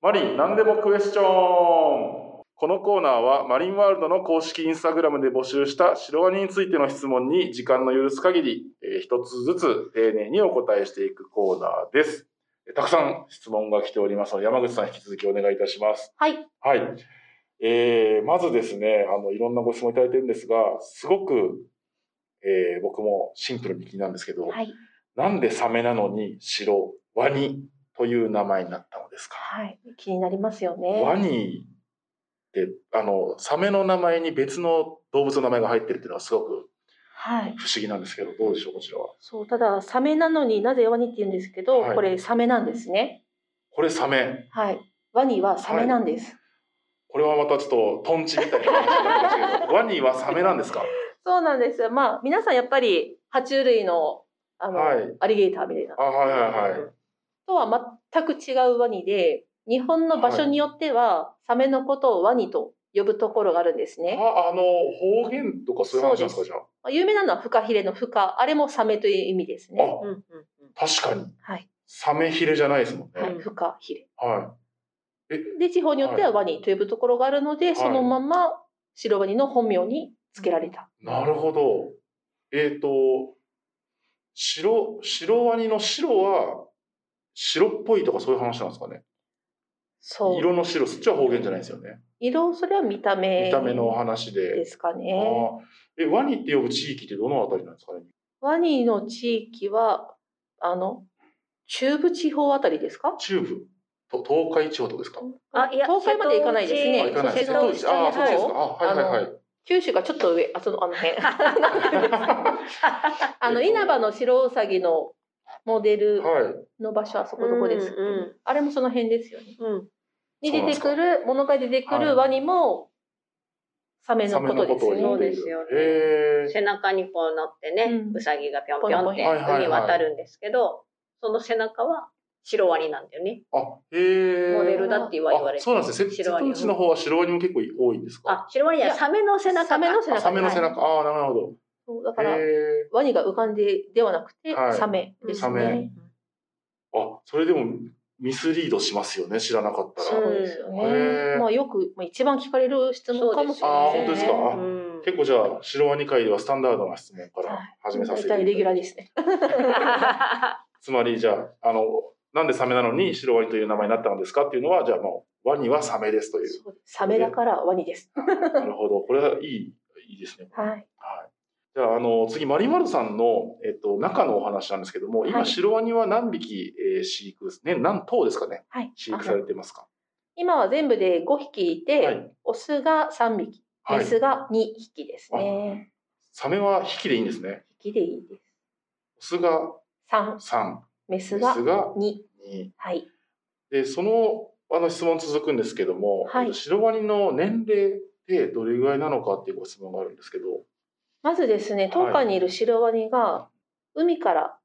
S2: マリン、何でもクエスチョンこのコーナーはマリンワールドの公式インスタグラムで募集したシロワニについての質問に時間の許す限り、えー一つずつ丁寧にお答えしていくコーナーです。えーたくさん質問が来ておりますので、山口さん引き続きお願いいたします。
S4: はい。
S2: はい。えーまずですね、あの、いろんなご質問いただいてるんですが、すごく、えー僕もシンプルに気になるんですけど、
S4: はい。
S2: なんでサメなのに白ワニという名前になったのですか、
S4: はい。気になりますよ
S2: ワ
S4: ね。
S2: ニって、あの、サメの名前に別の動物の名前が入ってるっていうのはすごく
S4: はい。
S2: 不思議なんですけど、どうでしょう、こちらは。
S4: そう、ただ、サメなのになぜワニって言うんですけど、
S2: はい
S4: これサメなんですね。
S2: これサメ。
S4: はい。ワニはサメなんです。
S2: これはまたちょっとトンチみたいな感じになりましたけど、ワニはサメなんですか
S4: そうなんですよ。まあ、皆さんやっぱり、爬虫類の、あの、
S2: はい
S4: アリゲーターみたいな
S2: あ、はいはいはい。
S4: とは全く違うワニで、日本の場所によっては、サメのことをワニと呼ぶところがあるんですね。
S2: あ、あの、方言とかそういう話なんですか、じゃあ。
S4: まあ有名なのはフカヒレのフカ、あれもサメという意味ですね。
S2: あ
S3: うんうんうん
S2: 確かに
S4: はい。
S2: サメヒレじゃないですもんね。
S4: は
S2: はい
S4: い、フカヒレ。で、地方によってはワニと呼ぶところがあるので、
S2: い
S4: そのまま白ワニの本名に付けられた。
S2: なるほど。えっ、と白白ワニの白は白っぽいとかそういう話なんですかね。
S4: そう。
S2: 色の白そっちは方言じゃないですよね。
S4: 色、それは見た目。
S2: 見た目のお話
S4: で
S2: で。
S4: すか
S2: あ
S4: ね。
S2: ーえワニって呼ぶ地域ってどのあたりなんですかね。
S4: ワニの地域は、あの、中部地方あたりですか
S2: 中部と東海地方とかですか。
S3: あいや
S4: 東海まで行かないです
S2: あ
S4: ね。
S2: 行かないです
S4: 瀬
S2: ね。
S4: 戸
S2: あ
S4: 内
S2: ーあーそっちですか。あはいはいは
S4: あ
S2: い。
S4: 九州がちょっと上、あそのあ
S2: [LAUGHS]
S4: の辺。
S2: は
S4: あの、
S2: えっと
S4: 稲葉の白うさぎのモデル [LAUGHS] の場所はそこどこですっけ
S3: うんうん
S4: あれもその辺ですよね。
S3: うん
S4: に
S2: そう
S4: 出
S2: なんで
S4: て
S2: すか
S4: くる、物が出てく
S2: はい
S4: るワニも、サメ
S2: い。
S4: の
S2: サ
S4: こ
S2: メの
S4: と
S2: こ
S4: です
S2: とを
S4: ね。
S2: 言っている。
S3: そうですよね
S2: へー
S3: 背中にこう乗ってね、
S4: うん
S3: うさぎがぴょんぴょんって
S2: はいはいは
S3: 海
S2: い
S3: 渡るんですけど、その背中はシロワニなんだよね。
S2: あ、へえ。
S3: モデルだって言われてる
S2: あそうなんですね。瀬
S3: シロワ
S2: 戸
S3: ニ
S2: 内の方はシロワニも結構多いんですか。
S3: あ、シロワニじゃないい
S4: や
S3: サメの背中か。
S4: サメの背
S2: あ
S4: 中
S2: サメの背中。ああ、なるほ
S4: そうだか
S2: ど。
S4: ら、
S2: へ
S4: ワニが浮かんでではなくて、
S2: はい
S4: サメです
S2: サメ
S4: ね。
S2: え。あ、それでもミスリードしますよね。知らなかった
S4: そ
S2: ら。
S4: うですよ
S2: へ
S4: ね
S2: ー。
S4: まあよく、まあ、一番聞かれる質問かもしれ
S2: あ
S4: な
S2: ー本当
S4: いで
S2: ですす
S4: ね。
S2: か。
S4: は
S2: あ
S3: うん
S2: 結構じゃあシロワニ界ではスタンダードな質問から始めさせ
S4: い
S2: てい
S4: 大
S2: ただ
S4: 体
S2: い
S4: レギュラー
S2: て。
S4: ですね。
S2: つまりじゃああのなんでサメなのにシロワニという名前になったのですかっていうのはじゃあもうワニはサメですと
S4: [LAUGHS]
S2: いう。
S4: そうですサメだからワニです。
S2: なるほど。これはいいいいですね。
S4: はい。
S2: はい。じゃあ、あの、次、マリマルさんの、えっと、中のお話なんですけども、
S4: は
S2: 今、
S4: い
S2: シロワニは何匹、えー飼育、ね、何頭ですかね、
S4: はい。
S2: 飼育されてますか
S4: 今は全部で5匹いて、
S2: はい。
S4: オスが3匹、
S2: は
S4: メ
S2: い。
S4: スが2匹ですね。
S2: サメは匹でいいんですね。
S4: 匹でいいです。
S2: オスが
S4: 3、
S2: 3、
S4: メス
S2: メ
S4: が
S2: スが
S4: 2。
S2: 2。
S4: はい。
S2: で、その、あの質問続くんですけども、
S4: はい
S2: えっとシロワニの年齢ってどれぐらいなのかっていうご質問があるんですけど、
S4: まずですね、当館にいるシロワニが海から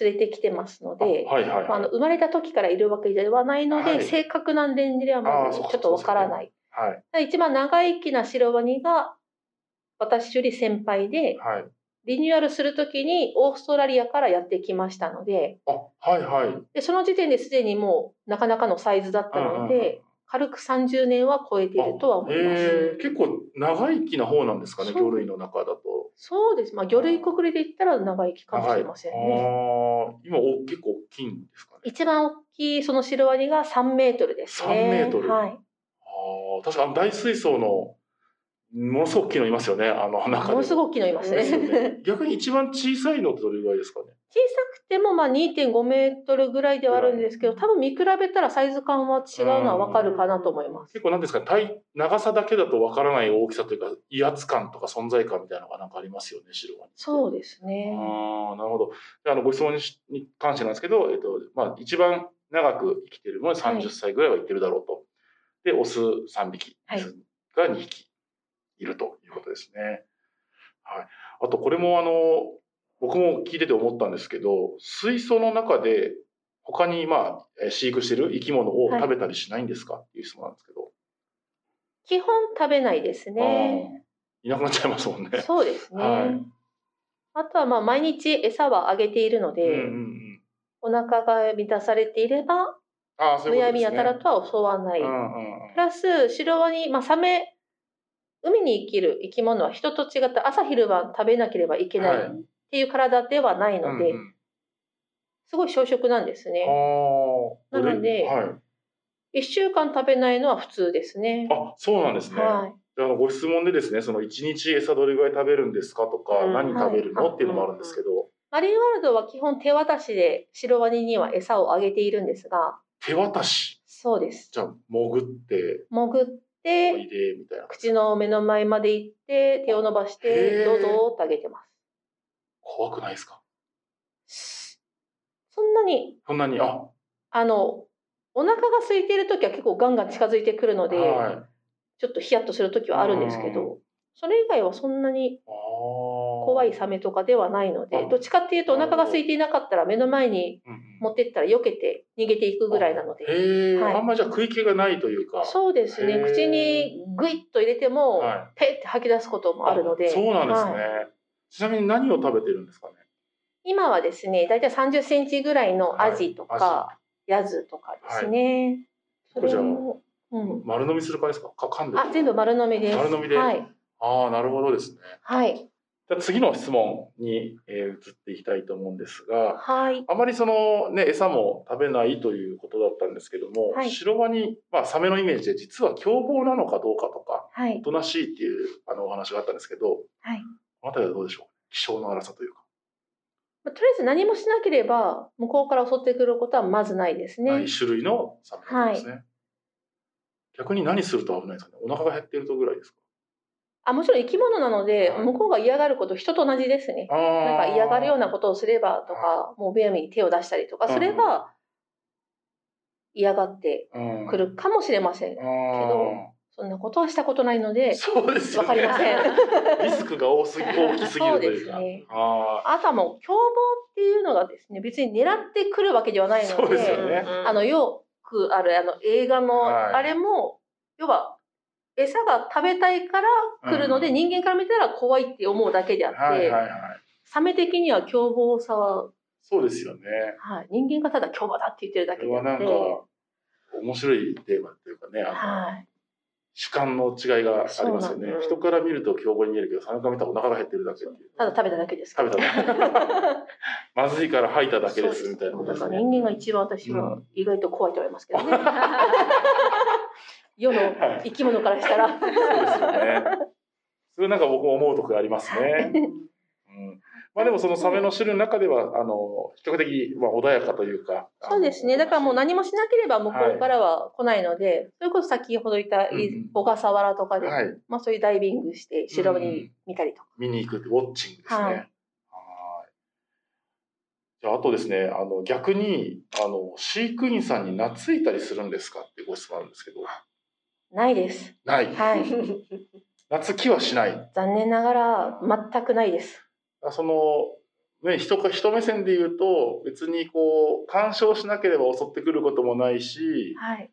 S4: 連れてきてますので、
S2: はいはい
S4: まあ、あ
S2: はい
S4: の生まれた時からいるわけではないので、
S2: はい
S4: 正確な年齢はま
S2: あー
S4: ず
S2: そ
S4: ち
S2: う
S4: ょ
S2: か
S4: っとわからない。
S2: はい
S4: ただ一番長生きなシロワニが私より先輩で、
S2: はい
S4: リニューアルするときにオーストラリアからやってきましたので、
S2: あはいはい
S4: でその時点ですでにもうなかなかのサイズだったので、
S2: うんうんうん
S4: 軽く30年は超えているとは思います。
S2: えー結構長生きな方なんですかね
S4: そう
S2: 魚類の中だと。
S4: そうです。まあ、魚類国で言ったら長生きかもしれませんね。
S2: ああ今お結構大きいんですかね。
S4: 一番大きいそのシロワニが3メートルです
S2: 3
S4: ね。
S2: メートル
S4: はい。
S2: ああ確かあの大水槽のものすごく大きいのいますよねあの中で。
S4: ものす
S2: く
S4: ごく機能いますね。
S2: で
S4: [LAUGHS] 小
S2: す
S4: さ
S2: よね。逆に一番小さいのってどれぐらいですかね。
S4: くてもまあ2.5メートルぐらいではあるんですけど、多分見比べたらサイズ感は違うのはわかるかなと思います。
S2: 結構なんですかね体長さだけだとわからない大きさというか威圧感とか存在感みたいなのがなんかありますよね白ワニ。。
S4: そううですね。
S2: ああなるほど。であのご質問にしに関してなんですけどえっとまあ一番長く生きてるのは30歳ぐらいは生きてるだろうと。でオス3匹、
S4: は
S2: メ
S4: い
S2: スが2匹いるということですね。はい。あとこれもあの僕も聞いてて思ったんですけど水槽の中で他にまあえー飼育してる生き物を食べたりしないんですかっていう質問なんですけど。
S4: 基本食べないですね。
S2: いなくなっちゃいますもんね。
S4: そうですね。
S2: はい。
S4: あとはまあ毎日餌はあげているので、
S2: うんうんうん。
S4: お腹が満たされていれば、
S2: ああ、そう
S4: む
S2: いうことですね。
S4: やみやたらとは襲わない。
S2: うんうんうん
S4: プラス、シロワニ、まあ、サメ、海に生きる生き物は人と違って朝昼晩食べなければいけない
S2: はい
S4: っていう体ではないので、
S2: うんうん
S4: すごい小食なんですね。
S2: ああ。
S4: なので
S2: はい。
S4: 1週間食べないのは普通ですね。
S2: あ、そうなんですね。
S4: はい。
S2: であのご質問でですね、その一日餌どれぐらい食べるんですかとか、
S3: うん
S2: 何食べるの、
S3: はい
S2: っていうのもあるんですけど、
S4: マリンワールドは基本手渡しでシロワニには餌をあげているんですが、
S2: 手渡し。
S4: そうです。
S2: じゃあ潜って
S4: 潜っ
S2: おい
S4: て、
S2: でみたいな。
S4: 口の目の前まで行って、手を伸ばし
S2: へー
S4: て、どうぞってあげてま
S2: 怖くないですか。
S4: す。そんなに
S2: そんなにあ、
S4: あの、お腹が空いてるときは結構ガンガン近づいてくるので、
S2: はい。あ
S4: ちょっとヒヤッとするときはあるんですけ
S2: う
S4: ど、それ以外はそんなに
S2: 怖
S4: 怖いサ。メとかではないの
S2: あ
S4: で、どっちかっていうとお腹が空いていなかったら目の前に
S2: うんうん
S4: 持ってったら避けて逃げていくぐらいなので。
S2: へえ、
S4: はい
S2: あんまじゃあ食い気がないというか。
S4: そうです
S2: へ
S4: ね。
S2: ー
S4: 口にグイッと入れても、
S2: は
S4: ペッて吐き出すこともあるので。
S2: そうなんですね、
S4: はい
S2: ちなみに何を食べてるんですかね。
S4: 今はですね、だいたい30センチぐらいのアジと
S2: は
S4: か、ヤズとかですね。そ
S2: こち
S4: れ
S2: ら
S4: も、うん。
S2: 丸飲みする感じですか。か噛んでる。
S4: あ、全部丸飲みです。
S2: 丸飲みで
S4: はい。
S2: ああ、なるほどですね。
S4: はい。
S2: じゃあ次の質問に、えー移っていきたいと思うんですが、
S4: はい。
S2: あまりそのね、餌も食べないということだったんですけども、
S4: はい
S2: 白ワニ、まあサメのイメージで実は凶暴なのかどうかとか、
S4: はい
S2: お。となしいっていうあのお話があったんですけど、
S4: はい
S2: この辺りはどうでしょう気性の荒さというか、
S4: まあとりあえず何もしなければ、向こうから襲ってくることはまずないです
S2: な
S4: ね
S2: い。種類のサメなんですね。逆に何すると危ないですかねお腹が減ってるとぐらいですか
S4: あ、もちろん生き物なので
S2: は、い
S4: 向こうが嫌がること、人と同じですね。なんか嫌がるようなことをすればとか、もうむやみに手を出したりとかすれば、 [LAUGHS] 嫌がって
S2: とうん
S4: くるかもしれません
S2: あ。
S4: そんなことはしたことないの
S2: ー
S4: で、
S2: そうですよ
S4: わ
S2: ね
S4: かりません。
S2: [LAUGHS] リスクが多すぎ大きすぎるというか。
S4: そうですね
S2: あ
S4: あとはもう凶暴っていうのがですね、別に狙ってくるわけではない
S2: そ
S4: の
S2: うで
S4: で、
S2: すよ [LAUGHS] ね
S4: あの、よくある、あの、映画の、
S2: はい
S4: あれも、要は、餌が食べたいから
S2: あ。
S4: 来るので、人間から見たら怖いって思うだけであって、
S2: はいはいはい。
S4: サメ的には凶暴さは、
S2: そうですよね。
S4: はい、人間がただ凶暴だって言ってるだ
S2: こ
S4: け
S2: れ
S4: であ
S2: はな
S4: っ
S2: んか
S4: て、
S2: 面白いテーマというかね、あの
S4: はい、
S2: 主観の違いがありますよね
S3: そうなん。です
S2: 人から見ると凶暴に見えるけど、サメから見たらお腹が減ってるだけっていう。
S4: ただ食べただけです
S2: 食べただけ。まずいから吐いただけですみたいなこと
S4: だ
S2: で
S4: か
S2: す
S4: ら
S2: ね。
S4: 人間が一番私
S2: う
S4: は意外と怖いと思いますけ
S2: [LAUGHS]
S4: どね。世の生き物からしたら。
S2: そうですよね。それなんか僕も思うところありますね。うん、まあでもそのサメの種類の中ではあの比較的まあ穏やかというか。
S4: そうですね。だからもう何もしなければ向こうからは来ないので、それこそ先ほど言った
S2: うんうん
S4: 小笠原とかで、
S2: はい
S4: まあそういうダイビングして城に見たりとか。
S2: 見に行くってウォッチングですね。は
S4: はいい。
S2: じゃああとですねあの逆にあの飼育員さんに懐いたりするんですかってご質問あるんですけど。
S4: ないです。
S2: ない。
S4: はい。
S2: [LAUGHS] 懐きはしない。
S4: 残念ながら全くないです。
S2: そのね、人か人目線で言うと別にこう干渉しなければ襲ってくることもないし
S4: はい。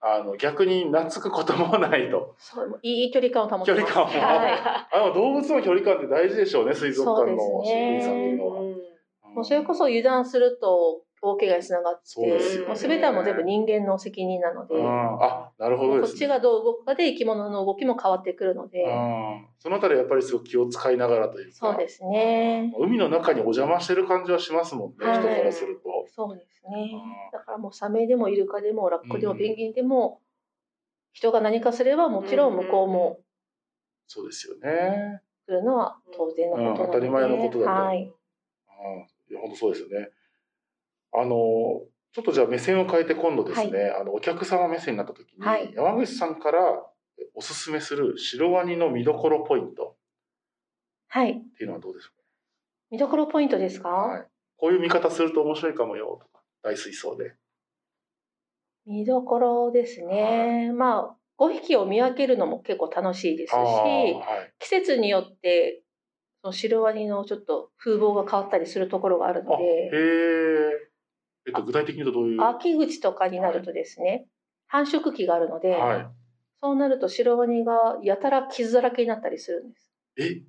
S2: あの逆に懐くこともないと
S4: そう、もういい距離感を保ってます。
S2: 距離感を
S4: はい。
S2: あの動物の距離感って大事でしょうね水族館の
S4: そうで
S2: 飼育
S4: すね
S2: 員さんっていうのは。ん
S4: もうそれこそ油断すると大怪我につながって、
S2: そうですよね
S4: もう全てはもう全部人間の責任なので、
S2: うん、あなるほど
S4: こ
S2: で
S4: っ
S2: す
S4: ち
S2: ね。
S4: がどう動くかで生き物の動きも変わってくるので、
S2: うん、そのあたりはやっぱりすごく気を使いながらというか
S4: そうですね。
S2: 海の中にお邪魔してる感じはしますもんね、
S4: はい
S2: 人からすると。
S4: そうです
S2: うん
S4: ね。だからもうサメでもイルカでもラッコで
S2: う
S4: も
S2: ん
S4: ペンギンでも、人が何かすればもちろん向こうも
S2: そうですよね。
S4: 来るのは当然のことなので、
S2: うん当たり前のことだと
S4: はい。
S2: うん、いや本当そうですよね。あのちょっとじゃあ目線を変えて今度ですね、あのお客様目線になった時に、
S4: はい
S2: 山口さんからおすすめするシロワニの見どころポイント
S4: はい。
S2: っていうのはどうでしょ
S4: 見どころポイントですか、
S2: うか。はい、こういう見方すると面白いかもよとか大水槽で。
S4: 見どころですね。まあ、5匹を見分けるのも結構楽しいですし、
S2: あーはい。
S4: 季節によってそのシロワニのちょっと風貌が変わったりするところがある
S2: あ
S4: の
S2: へ
S4: で
S2: え。えっと具体的に言うとどういう。は
S4: 秋口とかになるとですね、繁殖期があるので、
S2: い。
S4: そうなるとシロワニがやたら傷だらけになったりするんです。
S2: え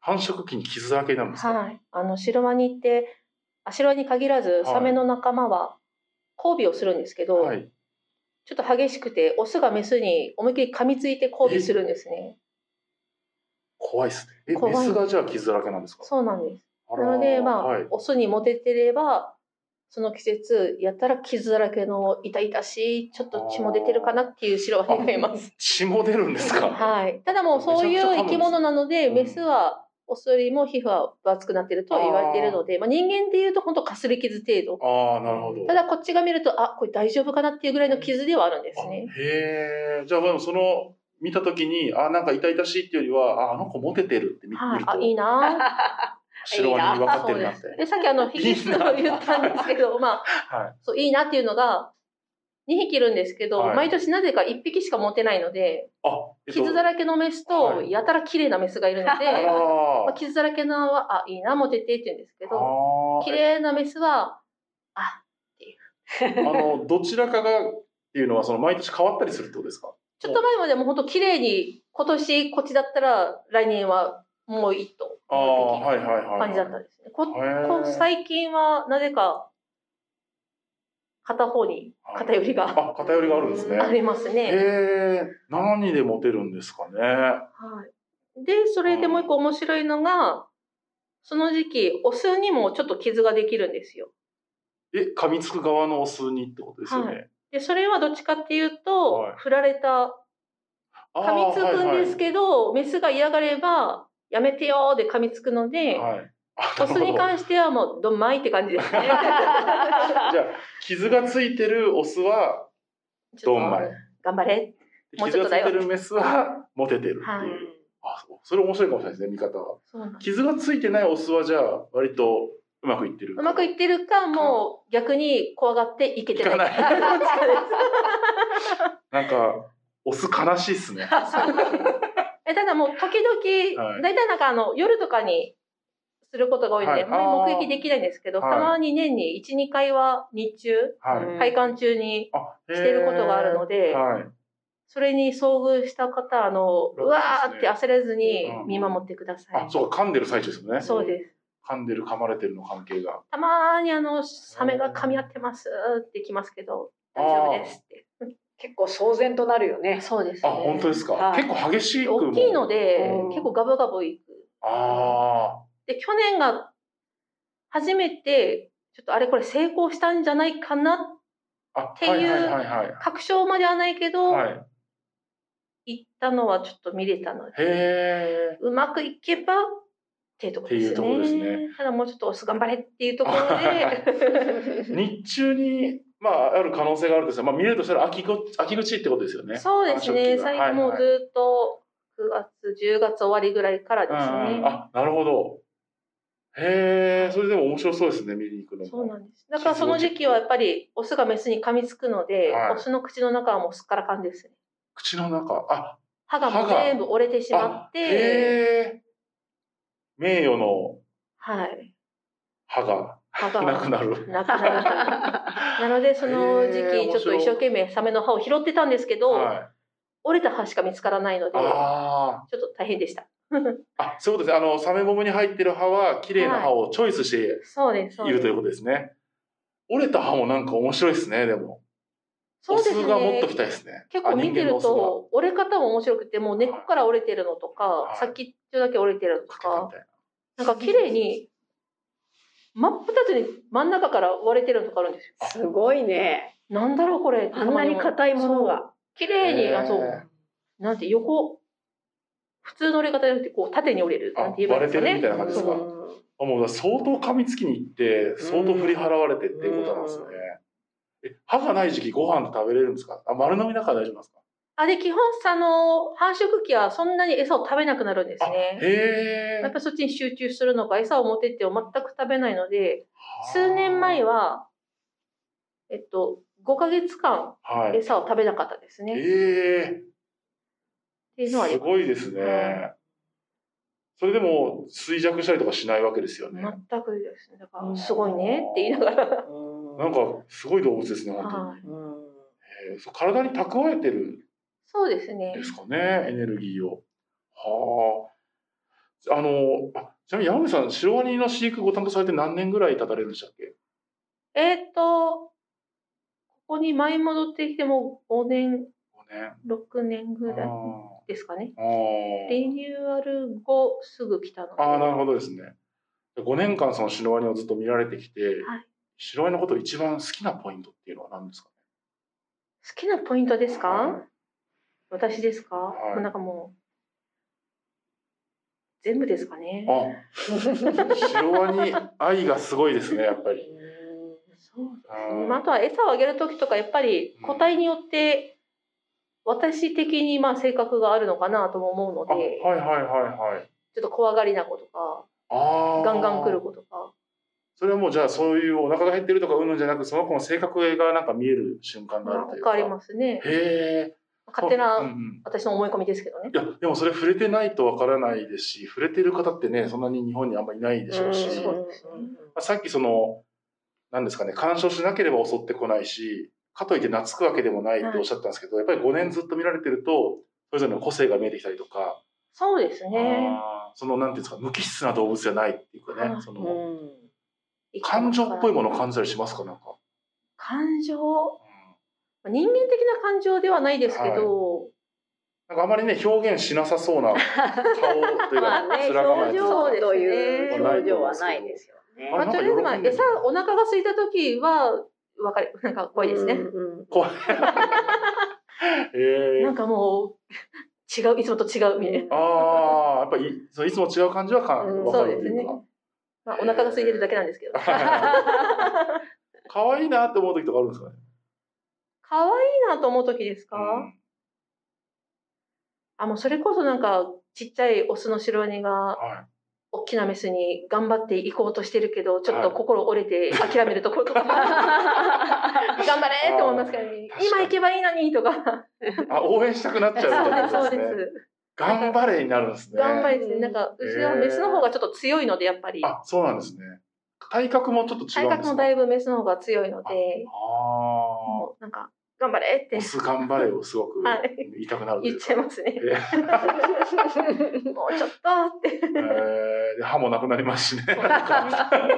S2: 繁殖期に傷だらけになるんですか。
S4: はい、あのシロワニってあシロワニに限らず
S2: い
S4: サメの仲間は交尾をするんですけど、
S2: はい。
S4: ちょっと激しくてオスがメスに思いっきり噛みついて交尾するんですね。
S2: 怖いですね。え、
S4: 怖い
S2: メスがじゃあ傷だらけなんですか。
S4: そうなんです。
S2: あら
S4: なので、まあ、
S2: はい。
S4: オスにモテてれば、その季節、やったら傷だらけの痛々しい、ちょっと血も出てるかなっていう白ワニがいます。
S2: 血も出るんですか。
S4: はい。ただもうそうい
S2: めちゃくちゃ噛むんです
S4: う生き物なので、
S2: うん
S4: メスは、オスよりも皮膚は分厚くなってると言われているので、まあ、人間でいうと本当かすり傷程度。
S2: ああ、なるほど。
S4: ただこっちが見ると、あ、これ大丈夫かなっていうぐらいの傷ではあるんですね。
S2: あへえ。じゃあ、でも、その。見たときに、あ、なんか痛々しいっていうよりは、あ、あの子モテてるって見見
S4: はい
S2: る。と
S4: あ、、いいな
S2: 白ワニに分かってるなって。
S4: で、さっきあの、ヒゲスを言ったんですけど、まあ、
S2: はい。
S4: そう、いいなっていうのが、2匹いるんですけど、
S2: はい
S4: 毎年なぜか1匹しか持てないので、
S2: あ、えっと
S4: 傷だらけのメスと、
S2: はい
S4: やたら綺麗なメスがいるので、
S2: あ [LAUGHS] ら
S4: まあ、
S2: ー。
S4: 傷だらけのは、あ、いいな、モテてって言うんですけど、
S2: あー
S4: 綺麗なメスは、
S2: あ
S4: あ、
S2: の、どちらかが。っていうのは、その毎年変わったりするってことですか。
S4: ちょっと前までも本当綺麗に、今年こっちだったら、来年はもう一頭、
S2: ああ、はいはいはいはい。
S4: 感じだったんですね。こ
S2: へー
S4: こ最近は、なぜか、片方に偏りが
S2: あ、偏りがあるんですね。
S4: ありますね。
S2: へえ、何でモテるんですかね。
S4: はい、でそれでもう一個面白いのがその時期オスにもちょっと傷ができるんですよ。
S2: え、噛みつく側のオスにってことですよね。
S4: でそれはどっちかっていうと、
S2: はい
S4: 振られた
S2: あ
S4: 噛み
S2: ー
S4: つくんです
S2: は
S4: けど、メスが嫌がれば「やめてよ」で噛みつくの
S2: い
S4: で、
S2: はいはい。あ
S4: オスに関してはもうどんまいって感じで
S2: [LAUGHS]
S4: すね。
S2: なるほどじゃあ傷がついてるオスは
S4: ちょ
S2: ド
S4: っと
S2: ンマイ、
S4: 頑張れ。もうち
S2: 傷
S4: ょ
S2: が
S4: っと
S2: つ
S4: だ
S2: い
S4: よ
S2: てるメスはモテてるっていう。
S4: はい
S2: あ、そうそれ面白いかもしれないですね見方は。
S4: そうなんです
S2: 傷がついてないオスはじゃあ割とうまくいってる。
S4: うまくいってるかもう逆に怖がっていけてない
S2: いかなんかオス悲しいっす
S4: [LAUGHS]
S2: ね。
S4: えただもう時々、
S2: はい
S4: 大体なんかあの夜とかにすることが多いので、
S2: はい
S4: あんまり目撃できないんですけど、
S2: はい
S4: たまに年に12回は日中
S2: はい。
S4: 開館中に
S2: あ、へー
S4: してることがあるので、
S2: はい。
S4: それに遭遇した方あの
S2: そう
S4: うわー
S2: で
S4: っ
S2: すね
S4: て焦らずに
S2: うん
S4: 見守ってください
S2: あ、、そうか噛んでる最中ですよね。
S4: そうです
S2: 噛んでる噛まれてるの関係が。
S4: たまにあのサメが噛み合ってますって来ますけど
S2: あ
S4: 大
S2: ー
S4: 丈夫ですって
S3: 結構騒然となるよね。
S4: そうです
S2: あ、
S4: ね
S2: 本当ですか。
S3: はい
S2: 結構激しくも
S4: 大きいので
S3: うん
S4: 結構ガブガブいく
S2: あ
S4: で、去年が初めて、ちょっとあれこれ成功したんじゃないかな、
S2: あ。あ、
S4: ていう
S2: はいはいはいはい。
S4: 確証まではないけど、
S2: はい。
S4: 行ったのはちょっと見れたので、
S2: へえ。
S4: うまくいけば、っていうところです
S2: っていうとこ
S4: ね。
S2: ですね
S4: ただもうちょっとオス頑張れっていうとこ
S2: [LAUGHS]
S4: ろで、
S2: 日中に、まあ、ある可能性があるとしたら、まあ、見れるとしたら、秋口、秋口ってことですよね。
S4: そうですね、
S2: 繁殖期
S4: 最
S2: が
S4: 後もう
S2: はい
S4: ずっと9月、10月終わりぐらいからです
S2: はいうん
S4: ね。
S2: あ、なるほど。へえ、それでも面白そうですね、見に行くのも。
S4: そうなんです。だからその時期はやっぱりオスがメスに噛みつくので、
S2: はい
S4: オスの口の中はもうすっからかんですね。
S2: 口の中、あ、
S4: 歯がもう全部折れてしま
S2: あ
S4: っ、
S2: へ
S4: て、
S2: え。名誉の
S4: はい。
S2: 歯が
S4: 歯
S2: [LAUGHS] な
S4: が
S2: くなる。
S4: なくなるというなのでその時
S2: へー
S4: 期ちょっと一生懸命サメの歯を拾ってたんですけど、
S2: はい。
S4: 折れた歯しか見つからないのでちょ
S2: あ
S4: っと大変でした
S2: あ。あ、そういうことですね。あのサメボムに入ってる歯は綺麗な歯をチョイスして
S4: そうですそう
S2: い
S4: で
S2: る
S4: す
S2: ということですね。折れた歯もなんか面白いですね。でも、
S4: そうです
S2: お酢がもっ
S4: ね
S2: ときたいですね。
S4: 結
S2: あ
S4: 構見て
S2: 人
S4: る
S2: 間のお
S4: と折れ方も面白くてもう根っこから折れてるのとか、
S2: はい
S4: 先っちょだけ折れてるのと
S2: 酢がかけた
S4: か
S2: みたいな。
S4: なんか綺麗に真っ二つに真ん中から割れてるのとかあるんですよ。
S3: [LAUGHS] すごいね。
S4: なんだろうこれ
S3: あんなに硬いもの
S4: そう
S3: が。
S4: 綺麗にあそ
S2: へ
S4: うなんて横普通の折れ方じゃなくてこう縦に折れる
S2: あ
S4: なんて言えばいいですかね。
S2: 割れてるみたいな感じですか
S4: そう
S2: あもうだから相当噛みつきに行って相当振り払われてっていうことなんですね。え歯がない時期ご飯食べれるんですかあ丸飲みなんか大丈夫なんですか
S4: あで基本あの繁殖期はそんなに餌を食べなくなるんですね。
S2: へ
S4: や
S2: え
S4: っぱりそっちに集中するのか餌を持ってっても全く食べないので数年前
S2: は
S4: はえっと5ヶ月間
S2: はい
S4: 餌を食べなかったですね。っ
S2: え
S4: て
S2: え
S4: いうのはあり
S2: す
S4: ます
S2: ごいですね、
S4: は
S2: それでも衰弱したりとかしないわけですよね、
S4: 全くですね。だか
S3: うん
S4: らすごいねって言いながら。
S2: なんかすごい動物ですね本当に、
S4: はい
S2: ええそう体に蓄えてる
S4: そうですね
S2: ん。ですかねエネルギーをはああのあちなみに山口さんシロワニの飼育ご担当されて何年ぐらい経たれるんでしたっけ
S4: えーっと、ここに舞い戻ってきても5年、
S2: 五年
S4: 6年ぐらい
S2: あ
S4: ですかね。
S2: ーあ
S4: リ
S2: ー
S4: ニューアル後すぐ来たので。
S2: あーなるほどですね5年間そのシロワニをずっと見られてきて、
S4: はい
S2: シロワニのことを一番好きなポイントっていうのは何ですか
S4: 好きなポイントですか、
S2: はい
S4: 私ですか、
S2: はい
S4: もうなんかもう、全部ですかね。
S2: あ、シロワニ愛がすごい
S4: [LAUGHS]
S2: ですね、やっぱり。
S4: そうですね。まあ、あ
S2: あ
S4: とは餌をあげるときとか、やっぱり個体によって、私的にまあ性格があるのかなとも思うの
S2: あ、はい
S4: で、
S2: はいはいはい。
S4: ちょっと怖がりな子とか、
S2: ああ。
S4: ガンガン来る。子とか。
S2: それはもうじゃあそういうお腹が減ってるとかうんぬんじゃなく、その子の性格がなんか見える瞬間があるという
S4: 変わりますね。
S2: す。へえ。
S4: 勝手
S2: うんう
S4: なん私の思い込みですけどね。
S2: いやでもそれ触れてないとわからないですし触れてる方ってねそんなに日本にあんまりいないでしょうし、
S4: うん
S2: まあ、さっきその何ですかね干渉しなければ襲ってこないしかといって懐くわけでもないっておっしゃったんですけど、やっぱり5年ずっと見られてるとそれぞれの個性が見えてきたりとか、
S4: そうですね。
S2: あーそのなんていうんですか無機質な動物じゃないっていうかね、
S4: はい
S2: その感情っぽいものを感じたりしますかなんか、
S4: 感情人間的な感情ではないですけど、
S2: なんかあまりね表現しなさそうな顔という
S3: [LAUGHS] まあ
S2: か
S3: ね、
S2: 面構え
S3: 表
S2: て
S3: 情
S2: あ
S3: という表情はないですよね。
S2: あ
S4: まあ、とりあえずまあ
S2: なんか喜んでる
S4: 餌お腹が空いた時はわかりなんか怖いですね。
S2: 怖いえ
S4: [LAUGHS] なんかもう [LAUGHS] 違ういつもと違うみたいな。
S2: ー、ああやっぱりいそのいつも違う感じはか
S3: うん
S2: わかるという
S4: そう
S2: か
S4: まあ、お腹が空いてるだけなんですけど。可 [LAUGHS]
S2: 可愛、いなって思う時とかあるんですかね、
S4: 愛いなと思う時ですか、
S2: うん
S4: あもうそれこそなんかちっちゃいオスの白鬼が
S2: は
S4: 大きなメスに頑張っていこうとしてるけど、ちょっ
S2: は
S4: と
S2: い
S4: 心折れて諦めるところ
S2: [LAUGHS]
S4: とか、頑張れって思いますからね
S2: あー確か。に
S4: 今行けばいいのにとか。
S2: い、あ応援したくなっちゃうみたいな
S4: そう
S2: こと
S4: [LAUGHS] です、そう
S2: で
S4: です
S2: ね
S4: す。
S2: 頑張れになるんですね
S4: 頑張れですね。なんか、うちはメスの方がちょっと強いので、やっぱり。
S2: あそうなんですね体格もちょっと違うんですか
S4: 体格もだいぶメスの方が強いので、
S2: ああ
S4: もうなんか、頑張れって
S2: オス頑張れをすごく
S4: はい
S2: 言いたくなるとい
S4: 言っ
S2: うか
S4: ちゃいますね。もうちょっとって。
S2: えーで歯もなくなりますし
S4: [LAUGHS]
S2: ね。悲
S4: なん
S2: 惨
S4: か
S2: で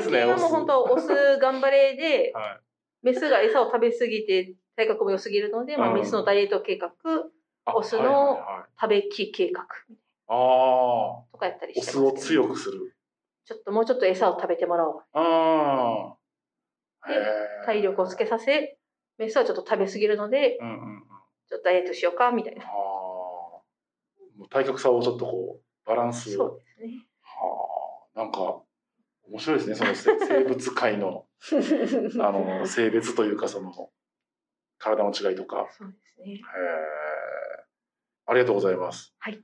S4: 最
S2: す
S4: 近
S2: ね、
S4: は
S2: オス。
S4: もう本当、オス頑張れで、
S2: は
S4: メスが餌を食べ過ぎて、体格も良すぎるので、まあ、
S2: うん
S4: メスのダイエット計画、
S2: あ
S4: オスの
S2: はいはいはい
S4: 食べき計画
S2: ああ、オ
S4: とかやったりしてます
S2: ス
S4: けど
S2: を強くする。
S4: ちょっともうちょっと餌を食べてもらおう。
S2: ああ。
S4: で
S2: へー
S4: 体力をつけさせ、メスはちょっと食べ過ぎるので、
S2: うんうんうん。
S4: ちょっとダイエットしようか、みたいな
S2: あ。あ。もう体格差をちょっとこう、バランス
S4: そう
S2: を。
S4: ですね。
S2: はあ。なんか、面白いですね、そのせ生物界の、
S4: [LAUGHS]
S2: あの、性別というか、その、体の違いとか。
S4: そうですね。
S2: へーありがとうございます。
S4: はい。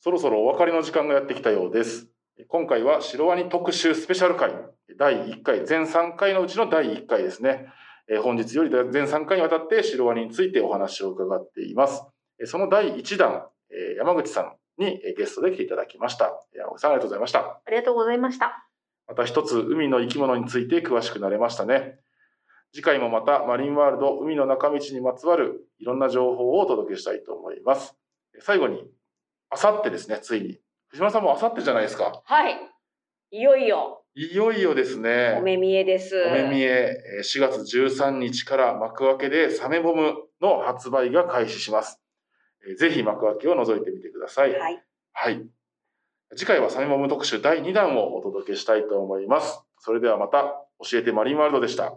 S2: そろそろお別れの時間がやってきたようです。今回はシロワニ特集スペシャル回第1回全3回のうちの第1回ですね。えー本日より全3回にわたってシロワニについてお話を伺っています。えーその第1弾、えー山口さん、にえーゲストで来ていただきました。えー青木さんありがとうございました。
S4: ありがとうございました。
S2: また一つ海の生き物について詳しくなれましたね。次回もまたマリンワールド海の中道にまつわるいろんな情報をお届けしたいと思います。えー最後に、あさってですね、ついに。藤村さんもあさってじゃないですか。
S3: はい。いよいよ、
S2: いよいよですね。
S3: お目見えです。
S2: お目見え、えー4月13日から幕開けでサメボムの発売が開始します。えーぜひ幕開けを覗いてみてください。はい。
S3: はい。
S2: 次回はサメボム特集第2弾をお届けしたいと思います。それではまた、教えてマリンワールドでした。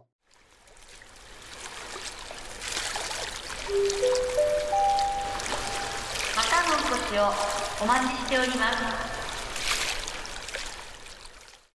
S1: またのお越しをお待ちしております。